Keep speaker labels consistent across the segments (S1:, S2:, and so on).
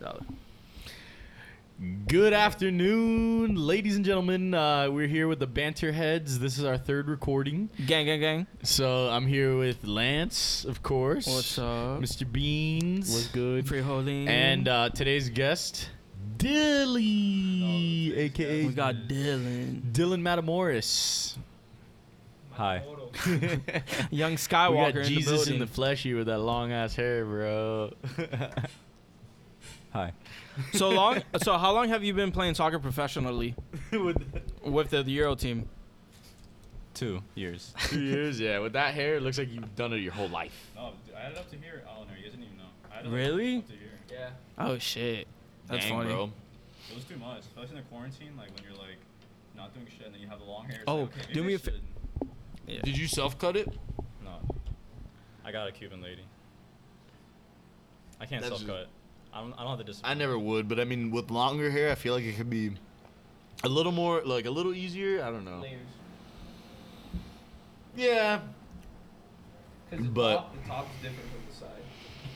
S1: Dollar.
S2: Good afternoon, ladies and gentlemen. Uh, we're here with the Banter Heads. This is our third recording.
S1: Gang, gang, gang.
S2: So I'm here with Lance, of course.
S1: What's up?
S2: Mr. Beans.
S1: good? Free holding.
S2: And uh, today's guest, Dilly, aka
S1: we got Dylan,
S2: Dylan Matamoris.
S3: Hi.
S1: young
S2: we got
S1: Skywalker
S2: Jesus
S1: in the building.
S2: in the flesh here with that long ass hair, bro.
S3: Hi.
S1: so long. So how long have you been playing soccer professionally with the Euro team?
S3: Two years.
S2: Two years, yeah. With that hair, it looks like you've done it your whole life.
S3: No, dude, I had it up to here. Oh, no, you guys didn't even know. I had it
S1: Really?
S3: Up to here. Yeah.
S1: Oh shit, that's
S2: Dang,
S1: funny.
S2: bro.
S3: It was too much. Especially in the quarantine, like when you're like not doing shit and then you have the long hair. it's
S1: Oh,
S3: like, okay, maybe
S1: do me
S3: I
S1: a fa-
S3: should-
S2: Did you self cut it?
S3: No. I got a Cuban lady. I can't
S2: That's
S3: self cut. I don't, I don't have the discipline.
S2: I never would, but I mean, with longer hair, I feel like it could be a little more, like a little easier. I don't know. Yeah.
S4: Because the
S2: But-
S4: top, the top is different from the side.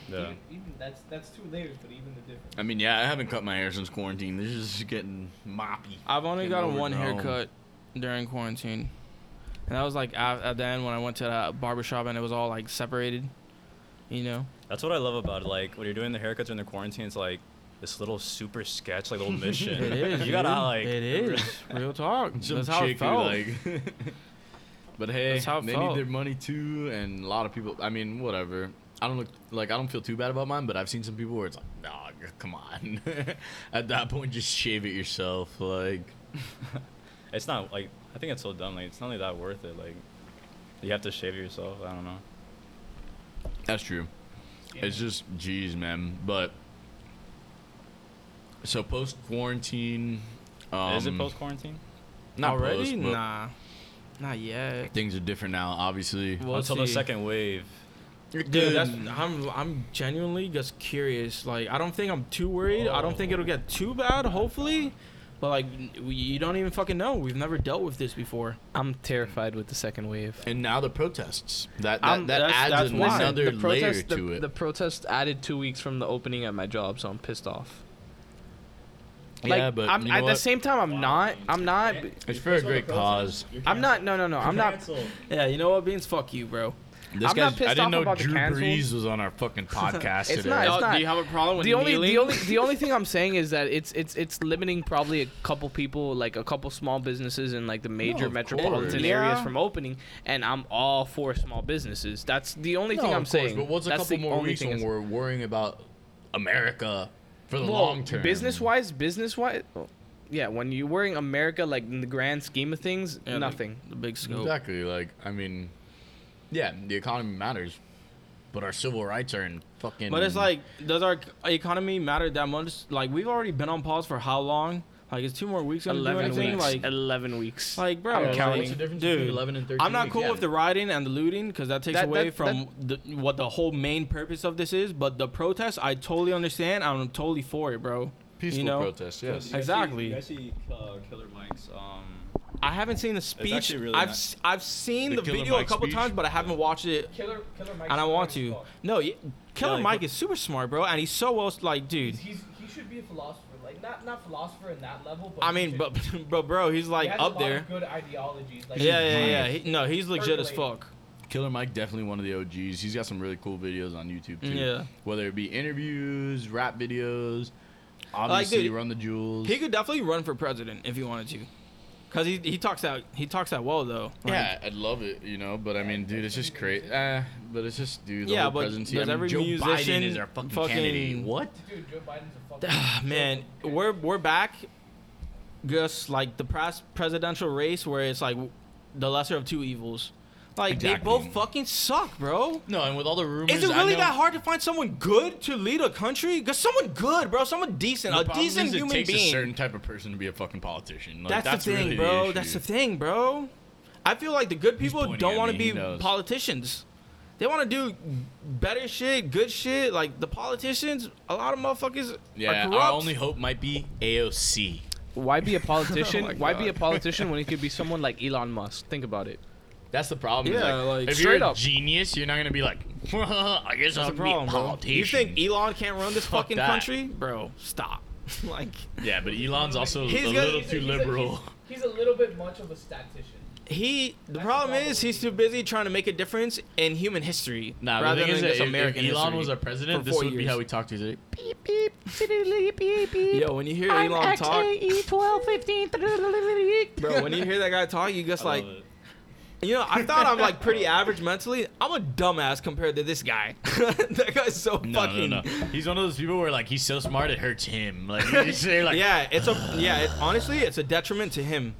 S3: Yeah.
S4: Even, even that's that's two layers, but even the difference.
S2: I mean, yeah, I haven't cut my hair since quarantine. This is just getting moppy.
S1: I've only
S2: Getting
S1: gotten one
S2: overgrown.
S1: haircut during quarantine, and that was like at, at the end when I went to that barbershop and it was all like separated, you know.
S3: That's what I love about it. Like when you're doing the haircuts in the quarantine, it's like this little super sketch, like little mission.
S1: It is.
S3: You gotta
S1: dude.
S3: like.
S1: It is real talk.
S2: Some
S1: That's how
S2: chick
S1: it
S2: who,
S1: felt.
S2: like. but hey,
S1: That's how it
S2: they
S1: felt.
S2: need their money too, and a lot of people. I mean, whatever. I don't look like I don't feel too bad about mine, but I've seen some people where it's like, nah, g- come on. At that point, just shave it yourself. Like,
S3: It's not like I think it's so dumb. Like it's not only that worth it. Like you have to shave yourself. I don't know.
S2: that's true. It's just, geez, man. But so post quarantine. Um,
S3: Is it post quarantine?
S2: Not
S1: already?
S2: post, but
S1: nah, not yet.
S2: Things are different now, obviously.
S1: We'll
S3: Until the
S1: see.
S3: second wave.
S1: Dude, that's I'm I'm genuinely just curious. Like I don't think I'm too worried. I don't think it'll get too bad, hopefully. But like we, you don't even fucking know. We've never dealt with this before.
S5: I'm terrified with the second wave.
S2: and now the protests. That that,
S1: Um,
S2: that
S1: that's-
S2: adds
S1: that's why.
S2: another
S5: the
S2: layer
S5: protest,
S2: to
S5: the,
S2: it.
S5: the protest added two weeks from the opening at my job, so I'm pissed off.
S2: yeah,
S5: Like,
S2: but
S5: I'm,
S2: you know
S5: at
S2: what?
S5: the same time, I'm not. I'm not.
S2: It's for a great cause.
S5: I'm not. No, no, no. I'm not.
S1: Yeah, you know what, Beans? Fuck you, bro.
S2: This
S5: I'm not
S2: guy's,
S5: pissed
S2: I didn't
S5: off
S2: know
S5: about the
S2: Drew
S5: cancels.
S2: Brees was on our fucking podcast
S5: It's
S2: today.
S5: not-
S1: Y'all- do you have a problem with
S5: The only,
S1: kneeling?
S5: the only, the only thing I'm saying is that it's, it's, it's limiting probably a couple people, like a couple small businesses in like the major
S2: of
S5: metropolitan
S2: course.
S5: areas
S1: Yeah.
S5: from opening. And I'm all for small businesses. That's the only
S2: No,
S5: thing I'm
S2: of course,
S5: saying.
S2: But what's a
S5: That's
S2: couple
S5: the
S2: more
S5: only
S2: weeks
S5: thing
S2: when
S5: I'm-
S2: we're worrying about America for the
S5: Well,
S2: long term?
S5: Business wise, business wise, yeah. When you're wearing America, like in the grand scheme of things,
S1: Yeah, the-
S5: nothing.
S1: The, big scope.
S2: Exactly. Like, I mean, yeah, the economy matters, but our civil rights are in fucking.
S1: But it's like, does our economy matter that much? Like we've already been on pause for how long? Like it's two more weeks. Gonna do
S5: Eleven
S1: anything?
S5: weeks.
S1: Like,
S5: Eleven weeks.
S1: like, bro,
S5: I'm
S1: like,
S5: counting.
S2: What's the difference
S1: dude.
S2: between 11 and 13?
S1: I'm not cool
S2: Yeah.
S1: with the rioting and the looting because that takes
S5: That-
S1: away
S5: that-
S1: from the, what the whole main purpose of this is. But the protest, I totally understand. I'm totally for it, bro.
S2: peaceful
S1: you know?
S2: protests. Yes.
S1: Exactly.
S3: You guys see uh, Killer Mike's um,
S1: I haven't seen the speech.
S3: actually really
S1: I've
S3: nice.
S1: s- I've seen
S2: The
S1: the,
S2: Killer
S1: video
S2: Mike
S1: a couple
S2: speech?
S1: times, but I haven't watched it,
S4: Killer, killer Mike's
S1: and I
S4: smart
S1: want
S4: as
S1: to.
S4: fuck.
S1: No, y- Killer
S3: like,
S1: Mike
S3: the-
S1: is super smart, bro, and he's so well, like, dude.
S4: He's, he's he should be a philosopher, like not not philosopher in that level, but
S1: I
S4: he should-
S1: mean, but bro, bro, he's
S4: he
S1: like
S4: has a
S1: up
S4: lot
S1: there.
S4: of Good ideologies. Like
S1: Yeah,
S4: he's
S1: yeah,
S4: fine.
S1: yeah. He, no, he's legit as
S4: Percolating.
S1: fuck.
S2: Killer Mike definitely one of the OGs. He's got some really cool videos on YouTube too.
S1: Yeah.
S2: Whether it be interviews, rap videos, obviously
S1: dude,
S2: run the jewels.
S1: He could definitely run for president if he wanted to, cause he he talks that he talks that well though. Like,
S2: yeah, I'd love it, you know, but I mean, dude, it's just crazy. Uh, but it's just, dude, the
S1: Yeah,
S2: whole
S1: but
S2: presidency. I
S1: does
S2: mean,
S1: every
S2: Joe Biden
S1: musician
S2: is our fucking,
S1: fucking-
S2: candidate. What?
S4: Dude, Joe Biden's a fucking.
S1: Ah, man, we're we're back, just like the past presidential race where it's like the lesser of two evils. Like they
S2: Exactly.
S1: both fucking suck, bro.
S2: No, and with all the rumors,
S1: Is it
S2: I
S1: really
S2: know,
S1: that hard to find someone good to lead a country? Cause someone good, bro, someone decent,
S2: The
S1: a
S2: problem
S1: decent
S2: is it
S1: human
S2: takes
S1: being.
S2: a certain type of person to be a fucking politician. Like,
S1: that's, the thing,
S2: really
S1: bro.
S2: issue.
S1: that's the thing, bro. I feel like the good people
S2: pointing
S1: don't
S2: at
S1: want to
S2: me, he
S1: be
S2: knows.
S1: politicians. They want to do better shit, good shit. Like the politicians, a lot of motherfuckers are
S2: Yeah,
S1: corrupt.
S2: our only hope might be AOC.
S5: Why be a politician?
S2: Oh my
S5: Why be a
S2: God.
S5: politician when it could be someone like Elon Musk? Think about it.
S2: That's the problem. is,
S1: Yeah,
S2: like,
S1: like,
S2: if
S5: straight
S2: you're a
S5: up.
S2: genius, you're not gonna be like, I guess
S1: That's
S2: I'll
S1: the
S2: be a
S1: problem, bro.
S2: politician.
S1: You think E- Elon can't run this
S2: Fuck
S1: fucking
S2: that.
S1: country, bro? Stop. like
S2: yeah, but Elon's also
S1: He's
S2: a
S1: got-
S2: little
S4: He's a-
S2: too
S4: he's a-
S2: liberal.
S4: he's, he's a little bit much of a statistician.
S1: he, the
S4: That's
S1: problem
S4: the
S1: is
S4: problem.
S1: he's too busy trying to make a difference in human history
S2: Nah, but
S1: rather
S2: the thing
S1: than
S2: is, that
S1: just
S2: if,
S1: American
S2: if Elon
S1: history.
S2: was our president,
S1: for
S2: this
S1: four
S2: would be
S1: years.
S2: how we talk to each other.
S6: Beep beep. Beep beep.
S1: Yo, when you hear
S6: I'm
S1: Elon talk,
S6: XAE 12, 15.
S1: bro, when you hear that guy talk, you just
S3: I
S1: like,
S3: love it.
S1: you know, I thought I'm like pretty average mentally. I'm a dumbass compared to this guy. that guy's so
S2: No,
S1: fucking.
S2: no, no. He's one of those people where like he's so smart it hurts him. Like you just say like,
S1: yeah, it's a yeah. It, honestly, it's a detriment to him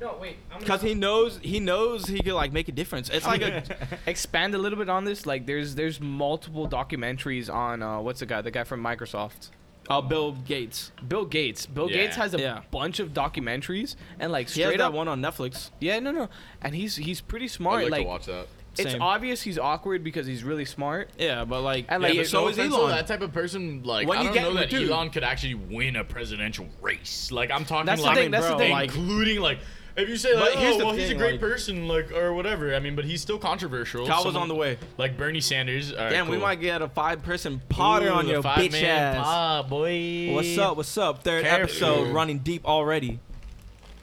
S4: No, wait. I'm gonna-
S1: because he knows he knows he could like make a difference. It's like a
S5: Expand a little bit on this. Like, there's there's multiple documentaries on uh, what's the guy? The guy from Microsoft.
S1: uh, Bill Gates.
S5: Bill Gates. Bill
S2: Yeah.
S5: Gates has a
S1: Yeah.
S5: bunch of documentaries and like
S1: He has
S5: straight
S1: that
S5: up.
S1: one on Netflix.
S5: Yeah, no, no, and he's he's pretty smart. Like,
S2: that.
S5: it's
S1: Same.
S5: obvious he's awkward because he's really smart.
S1: Yeah, but like,
S5: And,
S1: yeah,
S5: like,
S1: but
S5: it-
S1: so
S2: no
S1: is
S2: offense,
S1: Elon.
S2: though, That type of person, like,
S1: When
S2: I
S1: you
S2: don't
S1: get
S2: know
S1: with
S2: that
S1: dude-
S2: Elon could actually win a presidential race. Like, I'm talking
S5: That's the
S2: like,
S5: thing, that's the
S1: bro,
S5: thing.
S1: Like,
S2: including like, if you say like,
S1: But here's
S2: oh,
S1: the
S2: well, he's a
S1: thing,
S2: great
S1: like-
S2: person, like, or whatever. I mean, but he's still controversial.
S1: Kyle was
S2: Someone-
S1: on the way.
S2: Like Bernie Sanders. All right,
S1: Damn, we
S2: cool.
S1: might get a five-person potter
S2: Ooh,
S1: on
S2: the
S1: your
S2: five
S1: bitch
S2: man
S1: ass.
S2: pod, boy.
S1: What's up? What's up? Third
S2: Careful.
S1: episode running deep already.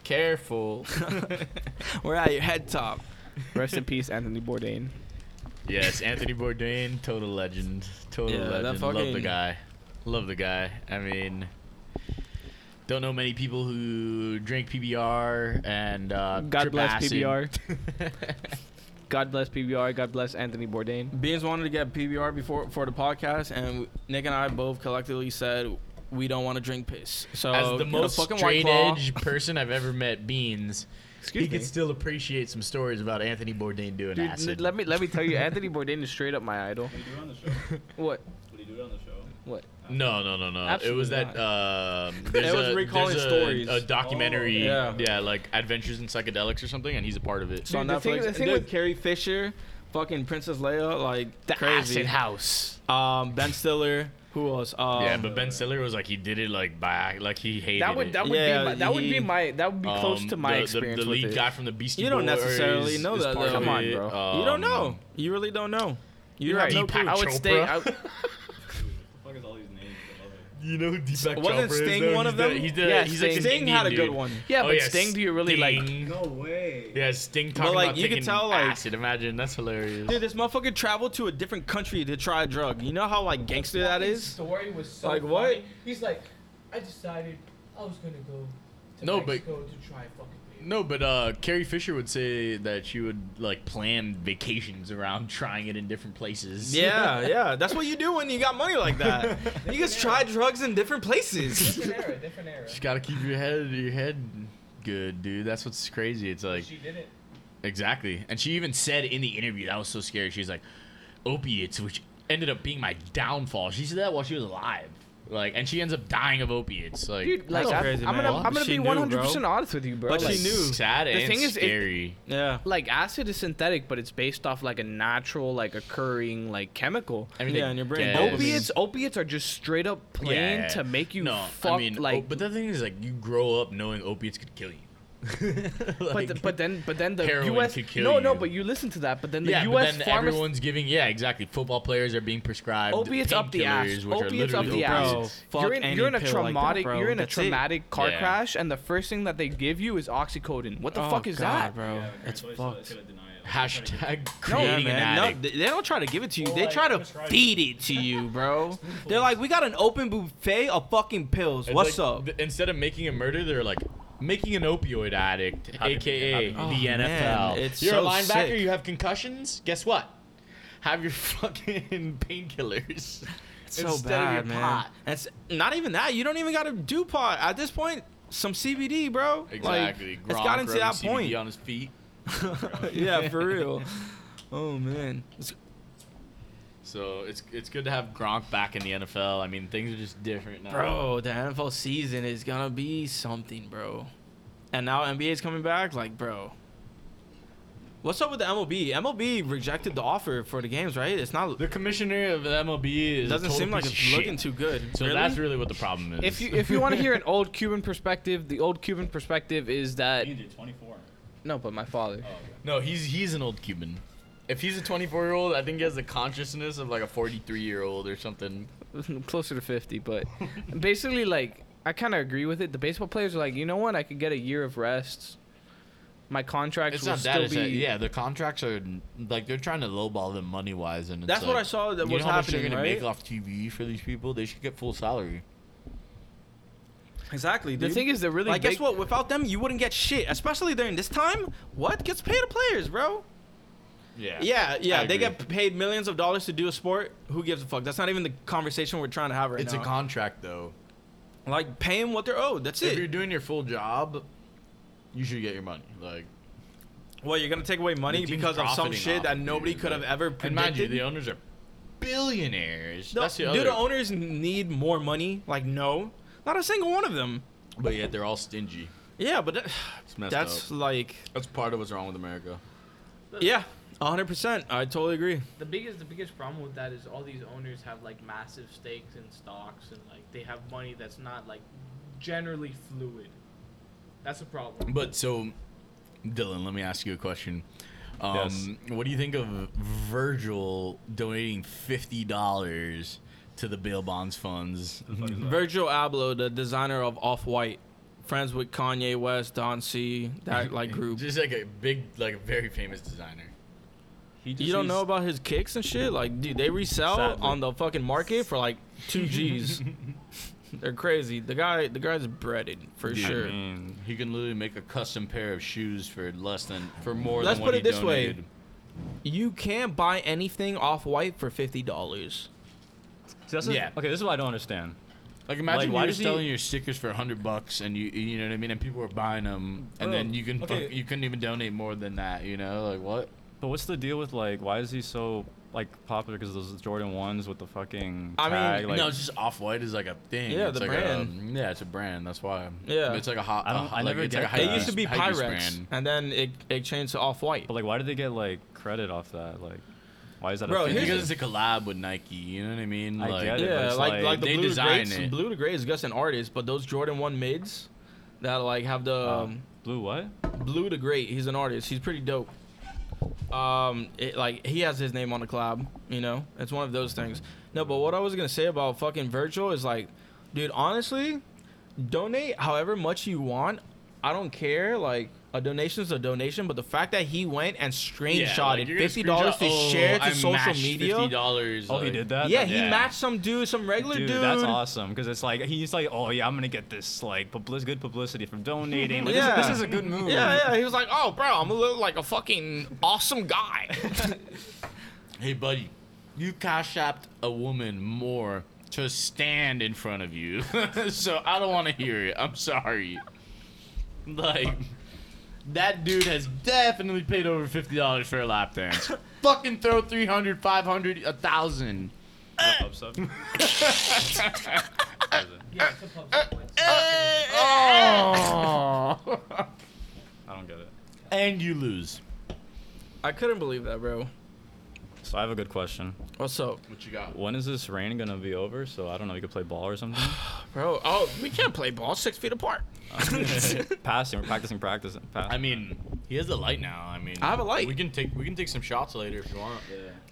S2: Careful.
S1: We're at your head top.
S5: Rest in peace, Anthony Bourdain.
S2: Yes, Anthony Bourdain, total legend. Total
S1: Yeah, that
S2: legend. Love the
S1: fucking-
S2: guy. Love the guy. I mean, don't know many people who drink PBR and uh,
S5: God
S2: trip
S5: bless
S2: acid.
S5: PBR. God bless PBR. God bless Anthony Bourdain.
S1: Beans wanted to get PBR before for the podcast, and Nick and I both collectively said we don't want to drink piss. So
S2: As the
S1: Oh, get a
S2: most
S1: fucking White
S2: straight
S1: Claw.
S2: edge person I've ever met, Beans,
S5: Excuse
S2: he
S5: me.
S2: could still appreciate some stories about Anthony Bourdain doing
S5: Dude,
S2: acid.
S5: let me let me tell you, Anthony Bourdain is straight up my idol.
S3: What do you do on the show?
S5: What?
S3: What do you do on the show?
S5: What?
S2: No, no, no, no. it was
S1: Absolutely
S2: that. Um, there's
S1: It was
S2: a,
S1: recalling
S2: there's a,
S1: stories.
S2: A documentary,
S1: Oh, okay.
S2: yeah. like Adventures in Psychedelics or something, and he's a part of it.
S1: It's on
S5: Dude, the
S1: Netflix.
S5: thing- the thing
S1: Dude,
S5: with-
S1: Carrie Fisher, fucking Princess Leia, like
S5: The
S1: crazy.
S5: Acid House.
S1: Um, Ben Stiller. Who else? Um,
S2: yeah, but Ben Stiller was like he did it like by like he hated
S5: That would
S2: it.
S5: that would
S1: Yeah,
S5: be my, that would be
S1: he-
S5: my that would be close
S2: Um,
S5: to my
S2: the,
S5: experience
S2: The, the
S5: with
S2: lead
S5: it.
S2: guy from the Beastie
S1: You don't
S2: Boys
S1: necessarily
S2: is
S1: know that,
S2: part
S1: though.
S2: of
S5: Come on,
S2: it.
S5: bro.
S1: you don't
S2: Um,
S1: know. You really don't know. You
S5: You're
S1: have
S5: right.
S1: no clue.
S2: Deepak
S5: I would stay. I,
S2: Chopra.
S3: What the fuck is all these names? I love it.
S2: You know who Deepak
S1: Wasn't
S2: Chopra is,
S1: Sting
S2: though?
S1: one
S2: He's
S1: of
S2: the-
S1: them?
S2: he's the,
S5: Yeah,
S2: he's like this
S5: Sting.
S1: Sting
S2: Indian
S1: had a good
S2: dude.
S1: one.
S5: yeah,
S2: Oh,
S5: but
S2: yeah,
S5: Sting, do you really like?
S2: Sting.
S3: No way.
S2: Yeah, Sting talking
S1: like,
S2: about
S1: you could
S2: taking
S1: tell, like-
S2: acid. Imagine that's hilarious.
S1: Dude, this motherfucker traveled to a different country to try a drug. You know how like gangster that
S4: fucking
S1: is?
S4: Story was so
S1: Like,
S4: funny.
S1: what?
S4: He's like, I decided I was gonna go to
S2: No, but-
S4: Mexico to try fucking. weed."
S2: No, but uh, Carrie Fisher would say that she would like plan vacations around trying it in different places.
S1: Yeah, yeah. That's what you do when you got money like that. You just try drugs in different places.
S4: Different era, different era.
S2: just gotta keep your head your head good, dude. That's what's crazy. It's like
S4: she didn't.
S2: exactly, and she even said in the interview that was so scary. She's like, opiates, which ended up being my downfall. She said that while she was alive, like, and she ends up dying of opiates. Like,
S5: Dude, like
S1: That's
S5: I,
S1: crazy,
S5: I'm
S1: man.
S5: gonna I'm gonna
S1: She
S5: be
S1: knew,
S5: 100 percent
S1: bro.
S5: honest with you, bro.
S1: But she
S5: like,
S2: that's
S1: knew.
S2: Sad
S5: The
S2: and
S5: thing is, it-
S2: scary.
S1: Yeah.
S5: like acid is synthetic, but it's based off like a natural, like occurring like chemical.
S2: I mean,
S1: Yeah,
S2: I
S1: and your brain-
S2: guess-
S5: Opiates, opiates are just straight up plain
S2: Yeah, yeah,
S5: to make you
S2: no,
S5: fuck
S2: I mean, o-
S5: like.
S2: but the thing is, like, you grow up knowing opiates could kill you.
S5: But,
S2: Like-
S5: th- but then but then the
S2: Heroin
S5: U.S.
S2: could kill
S5: no no
S2: you.
S5: but you listen to that but then the
S2: yeah, but
S5: U.S.
S2: then
S5: pharmac-
S2: everyone's giving. Yeah, exactly. Football players are being prescribed
S5: opiates up the ass
S2: painkillers, which are
S5: opiates up
S2: literally
S5: the
S2: opiates.
S5: ass.
S1: Bro,
S5: you're
S1: fuck
S5: in
S1: any
S5: you're in a
S1: pill like that,
S5: traumatic
S1: bro.
S5: you're in a
S1: That's it.
S5: traumatic car
S2: Yeah.
S5: crash and the first thing that they give you is oxycodone. What the
S1: Oh,
S5: fuck is
S1: God,
S5: that?
S1: bro?
S3: Yeah,
S1: That's
S3: always
S1: fucked.
S3: gotta deny it. Like,
S2: Hashtag
S1: Yeah,
S2: creating
S1: man.
S2: an
S1: No,
S2: addict.
S1: they they don't try to give it to you.
S4: Well,
S1: They
S4: like,
S1: try to
S4: prescribe it.
S1: feed it to you, bro. They're like, we got an open buffet of fucking pills.
S2: It's
S1: What's
S2: like,
S1: up?
S2: th- instead of making a murder, they're like making an opioid addict,
S3: Happy-
S2: aka
S3: happy-
S1: Oh,
S2: the
S1: man,
S2: NFL.
S1: it's
S2: You're
S1: so
S2: a linebacker.
S1: sick.
S2: You have concussions. Guess what? Have your fucking painkillers.
S1: It's so bad, man. It's not even that. You don't even got to do pot at this point. Some CBD, bro. Like,
S2: Exactly.
S1: it's
S2: Gronk
S1: gotten to
S2: rubbing
S1: that
S2: CBD
S1: point.
S2: on his feet.
S1: yeah, for real. Oh man. It's-
S2: So it's it's good to have Gronk back in the NFL. I mean, things are just different now.
S1: Bro, the NFL season is gonna be something, bro. And now NBA's coming back, like, bro. What's up with the MLB? MLB rejected the offer for the games, right? It's not.
S2: The commissioner of MLB
S1: It
S2: is a
S1: doesn't
S2: total
S1: seem like
S2: piece
S1: it's
S2: of shit.
S1: looking too good.
S2: So that's really what the problem is.
S5: If you if you want to hear an old Cuban perspective, the old Cuban perspective is that
S3: You did 24.
S5: no, but my father.
S3: Oh, okay.
S2: No, he's he's an old Cuban. If he's a 24 year old, I think he has the consciousness of like a 43 year old or something.
S5: closer to 50 but basically like i kind of agree with it the baseball players are like you know what i could get a year of rest my contracts
S2: It's
S5: will
S2: not that.
S5: still
S2: It's
S5: be
S2: that- yeah, their contracts are like they're trying to lowball them money wise, and it's
S1: That's what
S2: like,
S1: I saw that
S2: you
S1: was
S2: know how much they're
S1: happening,
S2: gonna make
S1: right?
S2: off TV for these people? They should get full salary.
S1: Exactly.
S5: the
S1: dude.
S5: thing is they're really
S1: like,
S5: big,
S1: guess what? Without them, you wouldn't get shit. Especially during this time. What gets paid to players, bro? Yeah, yeah.
S2: I
S1: They
S2: agree.
S1: get paid millions of dollars to do a sport. Who gives a fuck? That's not even the conversation we're trying to have right
S2: it's
S1: now.
S2: a contract though.
S1: like, pay 'em what they're owed. That's
S2: If
S1: it.
S2: you're doing your full job, you should get your money. Like,
S1: well, you're gonna take away money
S2: The team's
S1: because of some
S2: profiting
S1: shit
S2: off
S1: that
S2: it,
S1: nobody
S2: dude,
S1: could have
S2: like-
S1: ever
S2: and mind you,
S1: predicted.
S2: the owners are billionaires.
S1: No,
S2: That's the
S1: do
S2: other.
S1: the owners need more money? Like, no, not a single one of them.
S2: but yet they're all stingy.
S1: Yeah, but that,
S2: It's messed
S1: that's
S2: up.
S1: like,
S2: That's part of what's wrong with America.
S1: yeah, 100. percent I totally agree.
S4: The biggest, the biggest problem with that is all these owners have like massive stakes in stocks and like they have money that's not like generally fluid. That's a problem.
S2: But so, Dylan, let me ask you a question. Um,
S3: Yes.
S2: What do you think of Virgil donating fifty dollars to the bail bonds funds?
S1: Virgil Abloh, the designer of Off White, friends with Kanye West, Don C, that like group.
S2: Just like a big, like a very famous designer.
S3: He just
S1: You don't
S3: needs-
S1: know about his kicks and shit? Like, dude, they resell
S3: Sadly.
S1: on the fucking market for like two G's. They're crazy. The guy, the guy's breaded for
S2: Dude,
S1: sure.
S3: I mean,
S2: He can literally make a custom pair of shoes for less than, for more.
S1: Let's
S2: than what
S1: put it
S2: he
S1: this way.
S2: donated.
S1: You can't buy anything off white for fifty dollars.
S3: See, that's the-
S2: Yeah.
S3: Okay, this is what I don't understand.
S2: Like imagine
S3: Like, why
S2: you're
S3: does he-
S2: selling your stickers for hundred bucks, and you you know what I mean, and people are buying them, and
S3: Bro,
S2: then you can
S3: okay.
S2: fuck, you couldn't even donate more than that, you know? Like what?
S3: But what's the deal with like? Why is he so like popular? Because those Jordan ones with the fucking.
S1: I mean,
S3: tag, like,
S2: no, it's just Off White is like a thing.
S1: Yeah,
S2: it's
S1: the
S2: like
S1: brand.
S2: A, yeah, it's a brand. That's why.
S1: Yeah.
S2: it's like a hot.
S3: I
S2: I
S3: don't- I never
S2: it's like a
S3: get
S2: high
S3: that.
S1: It used to be
S2: high-use
S1: Pyrex,
S2: brand.
S1: and then it, it changed to off white.
S3: But like, why did they get like credit off that? Like, why is that?
S1: Bro,
S3: a thing?
S1: here's
S2: Because it's a collab with Nike. You know what I mean?
S3: I
S2: Like,
S3: get it. but
S1: Yeah,
S3: it's
S1: like,
S3: like-
S1: like the
S2: They
S1: blue
S2: design
S1: to gray,
S2: it.
S1: blue to gray is just an artist, but those Jordan One mids that like have the um,
S3: Um, blue what?
S1: blue to gray, he's an artist. He's pretty dope. Um, it, like he has his name on the collab. You know, it's one of those things. No, but what I was gonna say about fucking Virgil is like, dude, honestly, donate however much you want. I don't care. Like a donation's a donation, but the fact that he went and
S2: Yeah,
S1: screenshotted
S2: like, you're gonna
S1: fifty dollars to
S2: screenshot, oh,
S1: share to
S2: I
S1: social
S2: matched
S1: media.
S2: Fifty dollars.
S3: Oh, he did that.
S1: Yeah,
S3: That-
S1: he
S2: Yeah.
S1: matched some dude, some regular dude.
S3: Dude, that's awesome because it's like he's like, oh yeah, I'm gonna get this like public- good publicity from donating. Like,
S1: Yeah.
S3: this, this is a good move.
S1: Yeah, yeah. He was like, "Oh, bro, I'm gonna look like a fucking awesome guy."
S2: Hey, buddy, you cash apped a woman more to stand in front of you, so I don't want to hear it. I'm sorry. Like, that dude has definitely paid over fifty dollars for a lap dance. Fucking throw 300, 500, a thousand.
S3: Pub sub.
S4: Yeah, it's a public place.
S2: Oh!
S3: I don't get it.
S2: and you lose.
S1: I couldn't believe that, bro.
S3: So I have a good question.
S1: What's up,
S2: What you got?
S3: When is this rain gonna be over? So I don't know. We could play ball or something.
S1: bro? Oh, we can't play ball six feet apart.
S3: Passing. We're practicing. Practicing. Passing.
S2: I mean, he has a light now. I mean,
S1: I have a light.
S2: We can take we can take some shots later if you want.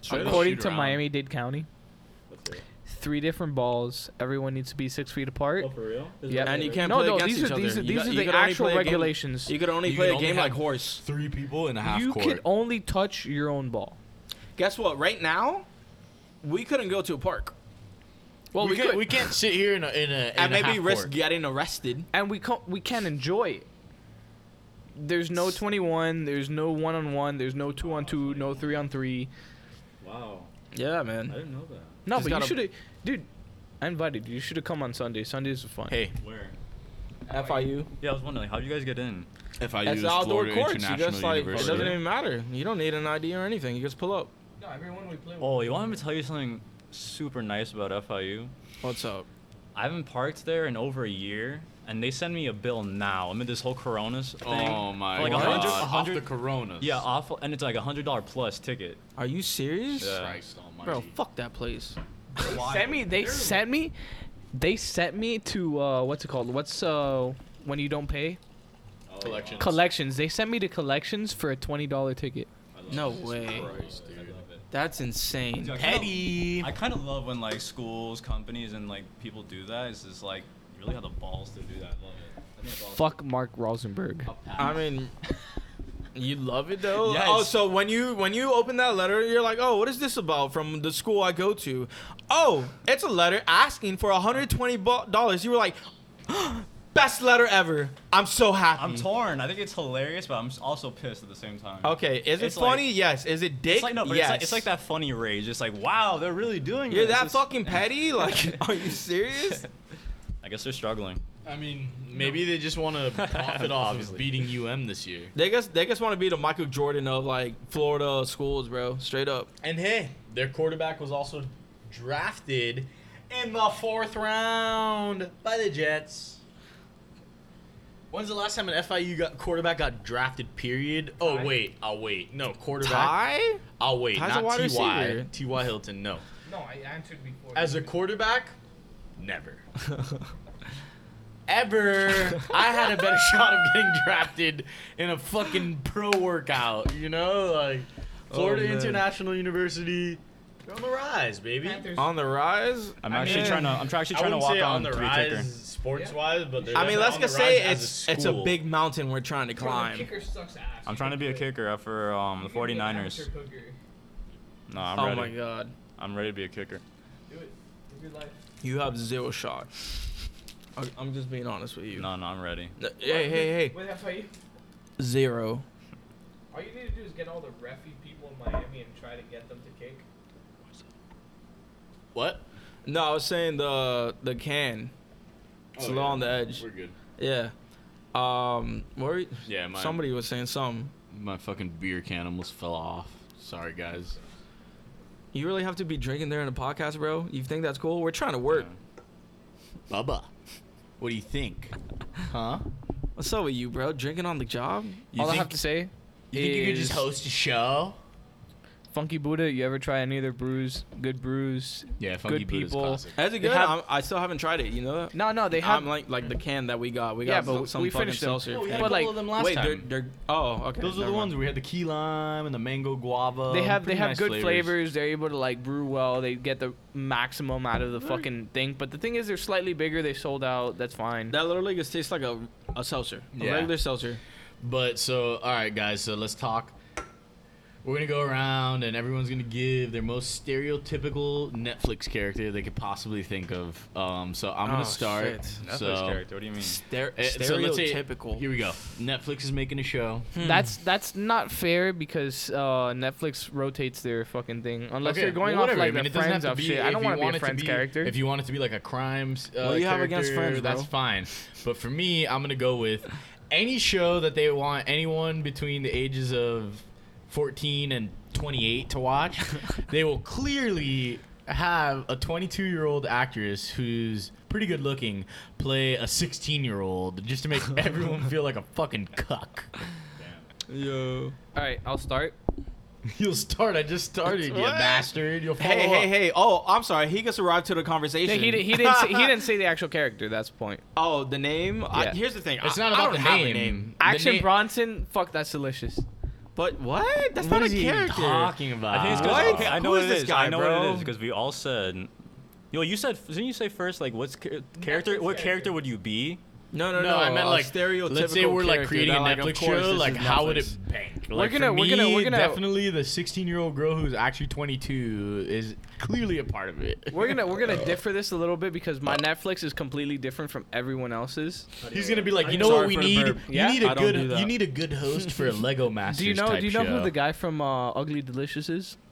S2: Straight up
S5: according
S2: shoot
S5: to
S2: around.
S5: miami dade county three different balls everyone needs to be six feet apart
S3: Oh, for real?
S5: Yeah.
S1: And you can't
S5: no
S1: play
S5: no
S1: against
S5: these
S1: each
S5: are these
S1: other.
S5: are
S1: You
S5: these
S1: got-
S5: are
S1: you
S5: the
S1: could only
S5: actual
S1: play a game-
S5: regulations
S1: You could only
S2: You
S1: play
S2: can
S1: a
S2: only
S1: game like
S2: have-
S1: horse.
S2: Three people in a half
S5: you
S2: court.
S5: can only touch your own ball
S1: Guess what? Right now, we couldn't go to a park
S5: well
S2: we, can't, we can't sit here in a in a in
S1: and
S2: a
S1: maybe
S2: half
S1: risk
S2: court.
S1: getting arrested.
S5: and we can't we can't enjoy it. There's no 21. There's no one on one. There's no two on two. No three on three.
S3: Wow.
S1: Yeah, man.
S3: didn't know that.
S5: No,
S1: Just
S5: but you
S1: gotta-
S5: should have, dude. I invited you. You should have come on Sunday. Sundays are fun.
S2: Hey,
S3: Where?
S1: FIU.
S3: Yeah, I was wondering, like, how do you guys get in?
S2: if I
S1: It's
S2: use
S1: outdoor
S2: Florida
S1: courts. You
S2: International
S1: just like it
S2: University,
S1: doesn't even matter. You don't need an ID or anything. You just pull up.
S4: No, everyone we play with.
S3: Oh, you want me to tell you something super nice about FIU?
S1: What's up?
S3: I haven't parked there in over a year, and they send me a bill now. I mean, this whole Corona's thing.
S2: oh my
S3: for like
S2: god,
S3: A hundred, a
S2: off the
S3: hundred,
S2: Coronas.
S3: yeah, awful, and it's like a hundred dollar plus ticket.
S1: Are you serious?
S3: Yeah.
S2: Christ Almighty.
S1: Bro, fuck that place.
S5: Sent me. They sent me. They sent me to uh, what's it called? What's uh when you don't pay?
S2: Collections.
S5: Collections. They sent me to collections for a twenty dollar ticket.
S3: I love
S1: No
S3: it.
S1: way.
S2: Christ, dude.
S3: I love it.
S1: That's insane.
S3: Dude, I kinda-
S2: Petty.
S3: I kind of love when like schools, companies, and like people do that. It's just like you really have the balls to do that. I love it. I think it's awesome.
S5: Fuck Mark Rosenberg.
S4: uh,
S1: I mean, you love it though.
S2: Yes.
S1: Oh, so when you when you open that letter, you're like, oh, what is this about? From the school I go to. Oh, it's a letter asking for 120 bu- dollars. You were like, best letter ever. I'm so happy.
S3: I'm torn. I think it's hilarious, but I'm s- also pissed at the same time.
S1: Okay, is it
S3: It's like-
S1: funny? yes. Is it dick?
S3: It's like no, but
S1: yes.
S3: it's, like, it's like that funny rage. It's like, wow, they're really doing
S1: You're
S3: this.
S1: that
S3: It's-
S1: fucking petty? Like, are you serious?
S3: I guess they're struggling.
S2: I mean, maybe they just want to profit off of
S3: Obviously.
S2: beating UM this year.
S1: They just they just want to be the Michael Jordan of like Florida schools, bro. Straight up.
S2: And hey, their quarterback was also drafted in the fourth round by the Jets. When's the last time an FIU got quarterback got drafted? Period. Oh
S4: Ty?
S2: wait, I'll wait. No quarterback.
S1: Ty?
S2: I'll wait.
S1: Ty's a
S2: not
S1: wide
S2: Ty.
S1: receiver.
S2: Ty Hilton. No.
S4: No, I answered before.
S2: As a quarterback, never. Ever. I had a better shot of getting drafted in a fucking pro workout, you know? Like Florida
S1: man.
S2: International University. They're on the rise, baby.
S4: Panthers.
S1: On the rise?
S3: I'm
S2: I
S3: actually
S2: mean,
S3: trying to. I'm actually
S2: I
S3: trying to
S2: wouldn't
S3: walk
S2: say on the
S3: to be a kicker.
S2: rise sports wise, but they're
S1: I
S2: definitely
S1: mean, let's
S2: on the
S1: just say
S2: rise as
S1: it's it's a
S2: school.
S1: big mountain we're trying to
S4: Bro, the
S1: climb.
S4: kicker sucks ass.
S3: I'm trying to be a kicker for um, the 49ers. No, I'm
S1: oh
S3: ready.
S1: my god,
S3: I'm ready to be a kicker.
S4: Do it. Live your life.
S1: you have zero shot. I- I'm just being honest with you.
S3: No, no, I'm ready.
S1: N- Hey, hey, hey,
S4: With FIU,
S1: zero.
S4: all you need to do is get all the refy people in Miami and try to get them to kick.
S2: What?
S1: No, I was saying the the can. It's
S2: Oh,
S1: low on the edge.
S2: We're good.
S1: Yeah. Um, what were you-
S2: Yeah, my
S1: somebody was saying something.
S2: my fucking beer can almost fell off. Sorry guys.
S1: You really have to be drinking during the podcast, bro. You think that's cool? We're trying to work.
S2: Bubba. What do you think? Huh?
S1: What's up with you, bro? Drinking on the job?
S2: You
S5: All I
S2: think-
S5: have to say,
S2: You think you could just
S5: is-
S2: host a show?
S5: Funky Buddha. You ever try any of their brews? Good brews.
S2: Yeah,
S5: Funky Buddha's classic.
S1: That's a
S5: They
S1: good.
S5: have-
S1: I'm, I still haven't tried it. You know that.
S5: No, no, they have.
S1: I'm like like the can that we got. We
S5: Yeah,
S1: got
S5: but
S1: some-
S5: we-
S1: some
S5: we
S1: fucking
S5: finished them.
S1: seltzer.
S5: Oh, we
S1: thing.
S5: had But, like-
S2: them
S1: Wait, they're, they're oh okay.
S2: Those are the
S1: never mind.
S2: ones where we had the key lime and the mango guava.
S5: they have they
S2: Pretty
S5: have
S2: nice
S5: good flavors. They're able to like brew well. They get the maximum out of the fucking thing. But the thing is, they're slightly bigger. They sold out. That's fine.
S1: That literally just tastes like a a seltzer, a
S2: Yeah.
S1: regular seltzer.
S2: But so, all right, guys. So let's talk. We're gonna go around, and everyone's gonna give their most stereotypical Netflix character they could possibly think of. Um, so I'm gonna
S1: Oh,
S2: start.
S1: shit.
S3: Netflix
S2: so,
S3: character. What do you mean?
S1: Stere-
S2: eh, so let's say-
S1: stereotypical.
S2: here we go. Netflix is making a show.
S5: That's that's not fair because uh, Netflix rotates their fucking thing unless
S2: Okay,
S5: they're going
S2: well,
S5: off
S2: whatever.
S5: like
S2: I mean,
S5: the
S2: it doesn't have
S5: friends
S2: to
S5: of
S2: be-
S5: shit. I
S2: if
S5: don't
S2: you
S5: want to be
S2: it
S5: a friends
S2: be-
S5: character.
S2: If you want it to be like a crime, s- uh,
S1: What do you have against
S2: character,
S1: Friends, bro?
S2: That's fine. But for me, I'm gonna go with any show that they want anyone between the ages of 14 and 28 to watch. they will clearly have a 22 year old actress who's pretty good looking play a 16 year old just to make everyone feel like a fucking cuck.
S1: Yo.
S5: All right, I'll start.
S2: You'll start. I just started, you
S1: What?
S2: bastard. You'll follow
S1: Hey,
S2: up.
S1: hey, hey! Oh, I'm sorry. He just arrived to the conversation.
S5: Yeah, he, di- he didn't say, he didn't say the actual character. That's the point.
S1: oh, the name. I,
S5: Yeah.
S1: here's the thing.
S2: It's
S1: I,
S2: not
S1: I
S2: about
S1: don't
S2: the
S1: have
S2: name.
S1: a name.
S2: The
S5: Action
S2: name-
S5: Bronson. Fuck, that's delicious.
S1: But what? That's
S2: What
S1: not
S2: is
S1: a
S2: he even
S1: character.
S2: talking about?
S3: I think it's 'cause-
S1: What?
S3: okay, I
S1: Who
S3: know
S1: is
S3: what it
S1: this
S3: is.
S1: guy,
S3: I know what
S1: bro?
S3: it is because we all said. Yo, you said didn't you say first like what's char- character? What character would you be?
S1: No, no, no.
S2: No, I meant
S1: a
S2: like
S1: stereotypical.
S2: Let's say we're like
S1: character
S2: creating a
S1: that, like, of
S2: Netflix
S1: course,
S2: show.
S1: this
S2: Like,
S1: is
S2: how would
S1: Netflix.
S2: it bank? Like,
S5: We're gonna-
S2: for
S5: we're gonna-
S2: me,
S5: we're gonna-
S2: definitely the 16-year-old girl who's actually 22 is clearly a part of it.
S5: We're gonna we're gonna differ this a little bit because my Netflix is completely different from everyone else's.
S2: He's gonna be like, you know
S1: Sorry
S2: what we
S1: for the
S2: need?
S1: burp.
S5: Yeah,
S2: you need a
S1: I don't do
S2: good,
S1: that.
S2: you need a good host for a Lego Masters
S5: Do you know
S2: type
S5: Do you know
S2: show.
S5: who the guy from uh, Ugly Delicious is?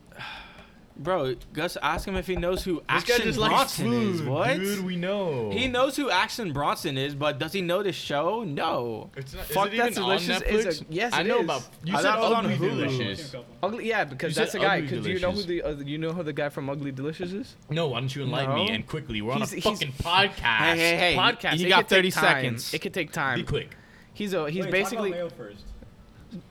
S1: Bro, Gus, ask him if he knows who
S2: This guy
S1: Action
S2: just likes
S1: Bronson
S2: food,
S1: is. What?
S2: dude. We know.
S1: He knows who Action Bronson is, but does he know this show? No.
S2: It's not,
S5: Fuck,
S2: is it
S5: That's
S2: even on
S5: Delicious
S2: Netflix?
S5: is a- yes,
S2: I
S5: it
S2: know
S5: is.
S2: about. You
S1: I
S2: said
S1: thought it was on
S2: Ugly
S1: Hulu.
S2: Delicious.
S5: Ugly, yeah, because
S2: You
S5: that's the
S2: said
S5: guy.
S2: Ugly
S5: Because you know who
S2: Delicious.
S5: the uh, you know who the guy from Ugly Delicious is?
S2: No, why don't you enlighten me
S5: No.
S2: and quickly? We're on
S5: He's-
S2: a
S5: he's-
S2: fucking podcast.
S1: Hey, hey, hey.
S5: Podcast.
S1: You
S5: it
S1: got
S5: could take
S1: 30
S5: time.
S1: seconds.
S5: It could take
S2: Be
S5: time.
S2: quick.
S5: He's a he's basically
S3: first.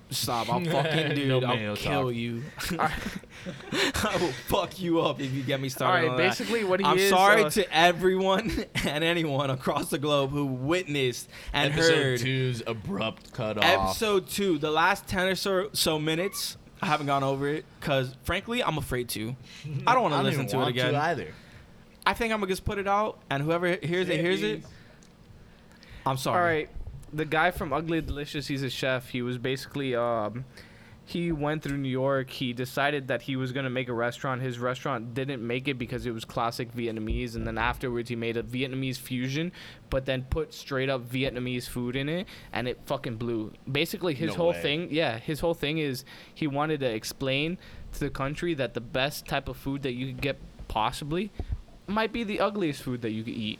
S1: Stop! I'll fucking dude,
S2: No
S1: I'll
S2: male
S1: kill
S2: talk.
S1: you. I will fuck you up if you get me
S5: All
S1: started.
S5: right,
S1: on that.
S5: basically what he
S1: I'm
S5: is.
S1: sorry
S5: uh,
S1: to everyone and anyone across the globe who witnessed and
S2: Episode
S1: heard
S2: two's abrupt cutoff.
S1: episode two, the last ten or so, so minutes. I haven't gone over it because, frankly, I'm afraid to. I don't want to listen
S2: even
S1: to it
S2: want
S1: again.
S2: either.
S1: I think I'm gonna just put it out, and whoever he- hears it, hears it. I'm sorry.
S5: All right, the guy from Ugly Delicious, he's a chef. He was basically um, he went through New York. He decided that he was gonna make a restaurant. His restaurant didn't make it because it was classic Vietnamese, and then afterwards he made a Vietnamese fusion, but then put straight up Vietnamese food in it, and it fucking blew. Basically, his
S2: No
S5: whole
S2: way.
S5: thing, yeah, his whole thing is he wanted to explain to the country that the best type of food that you could get possibly might be the ugliest food that you could eat.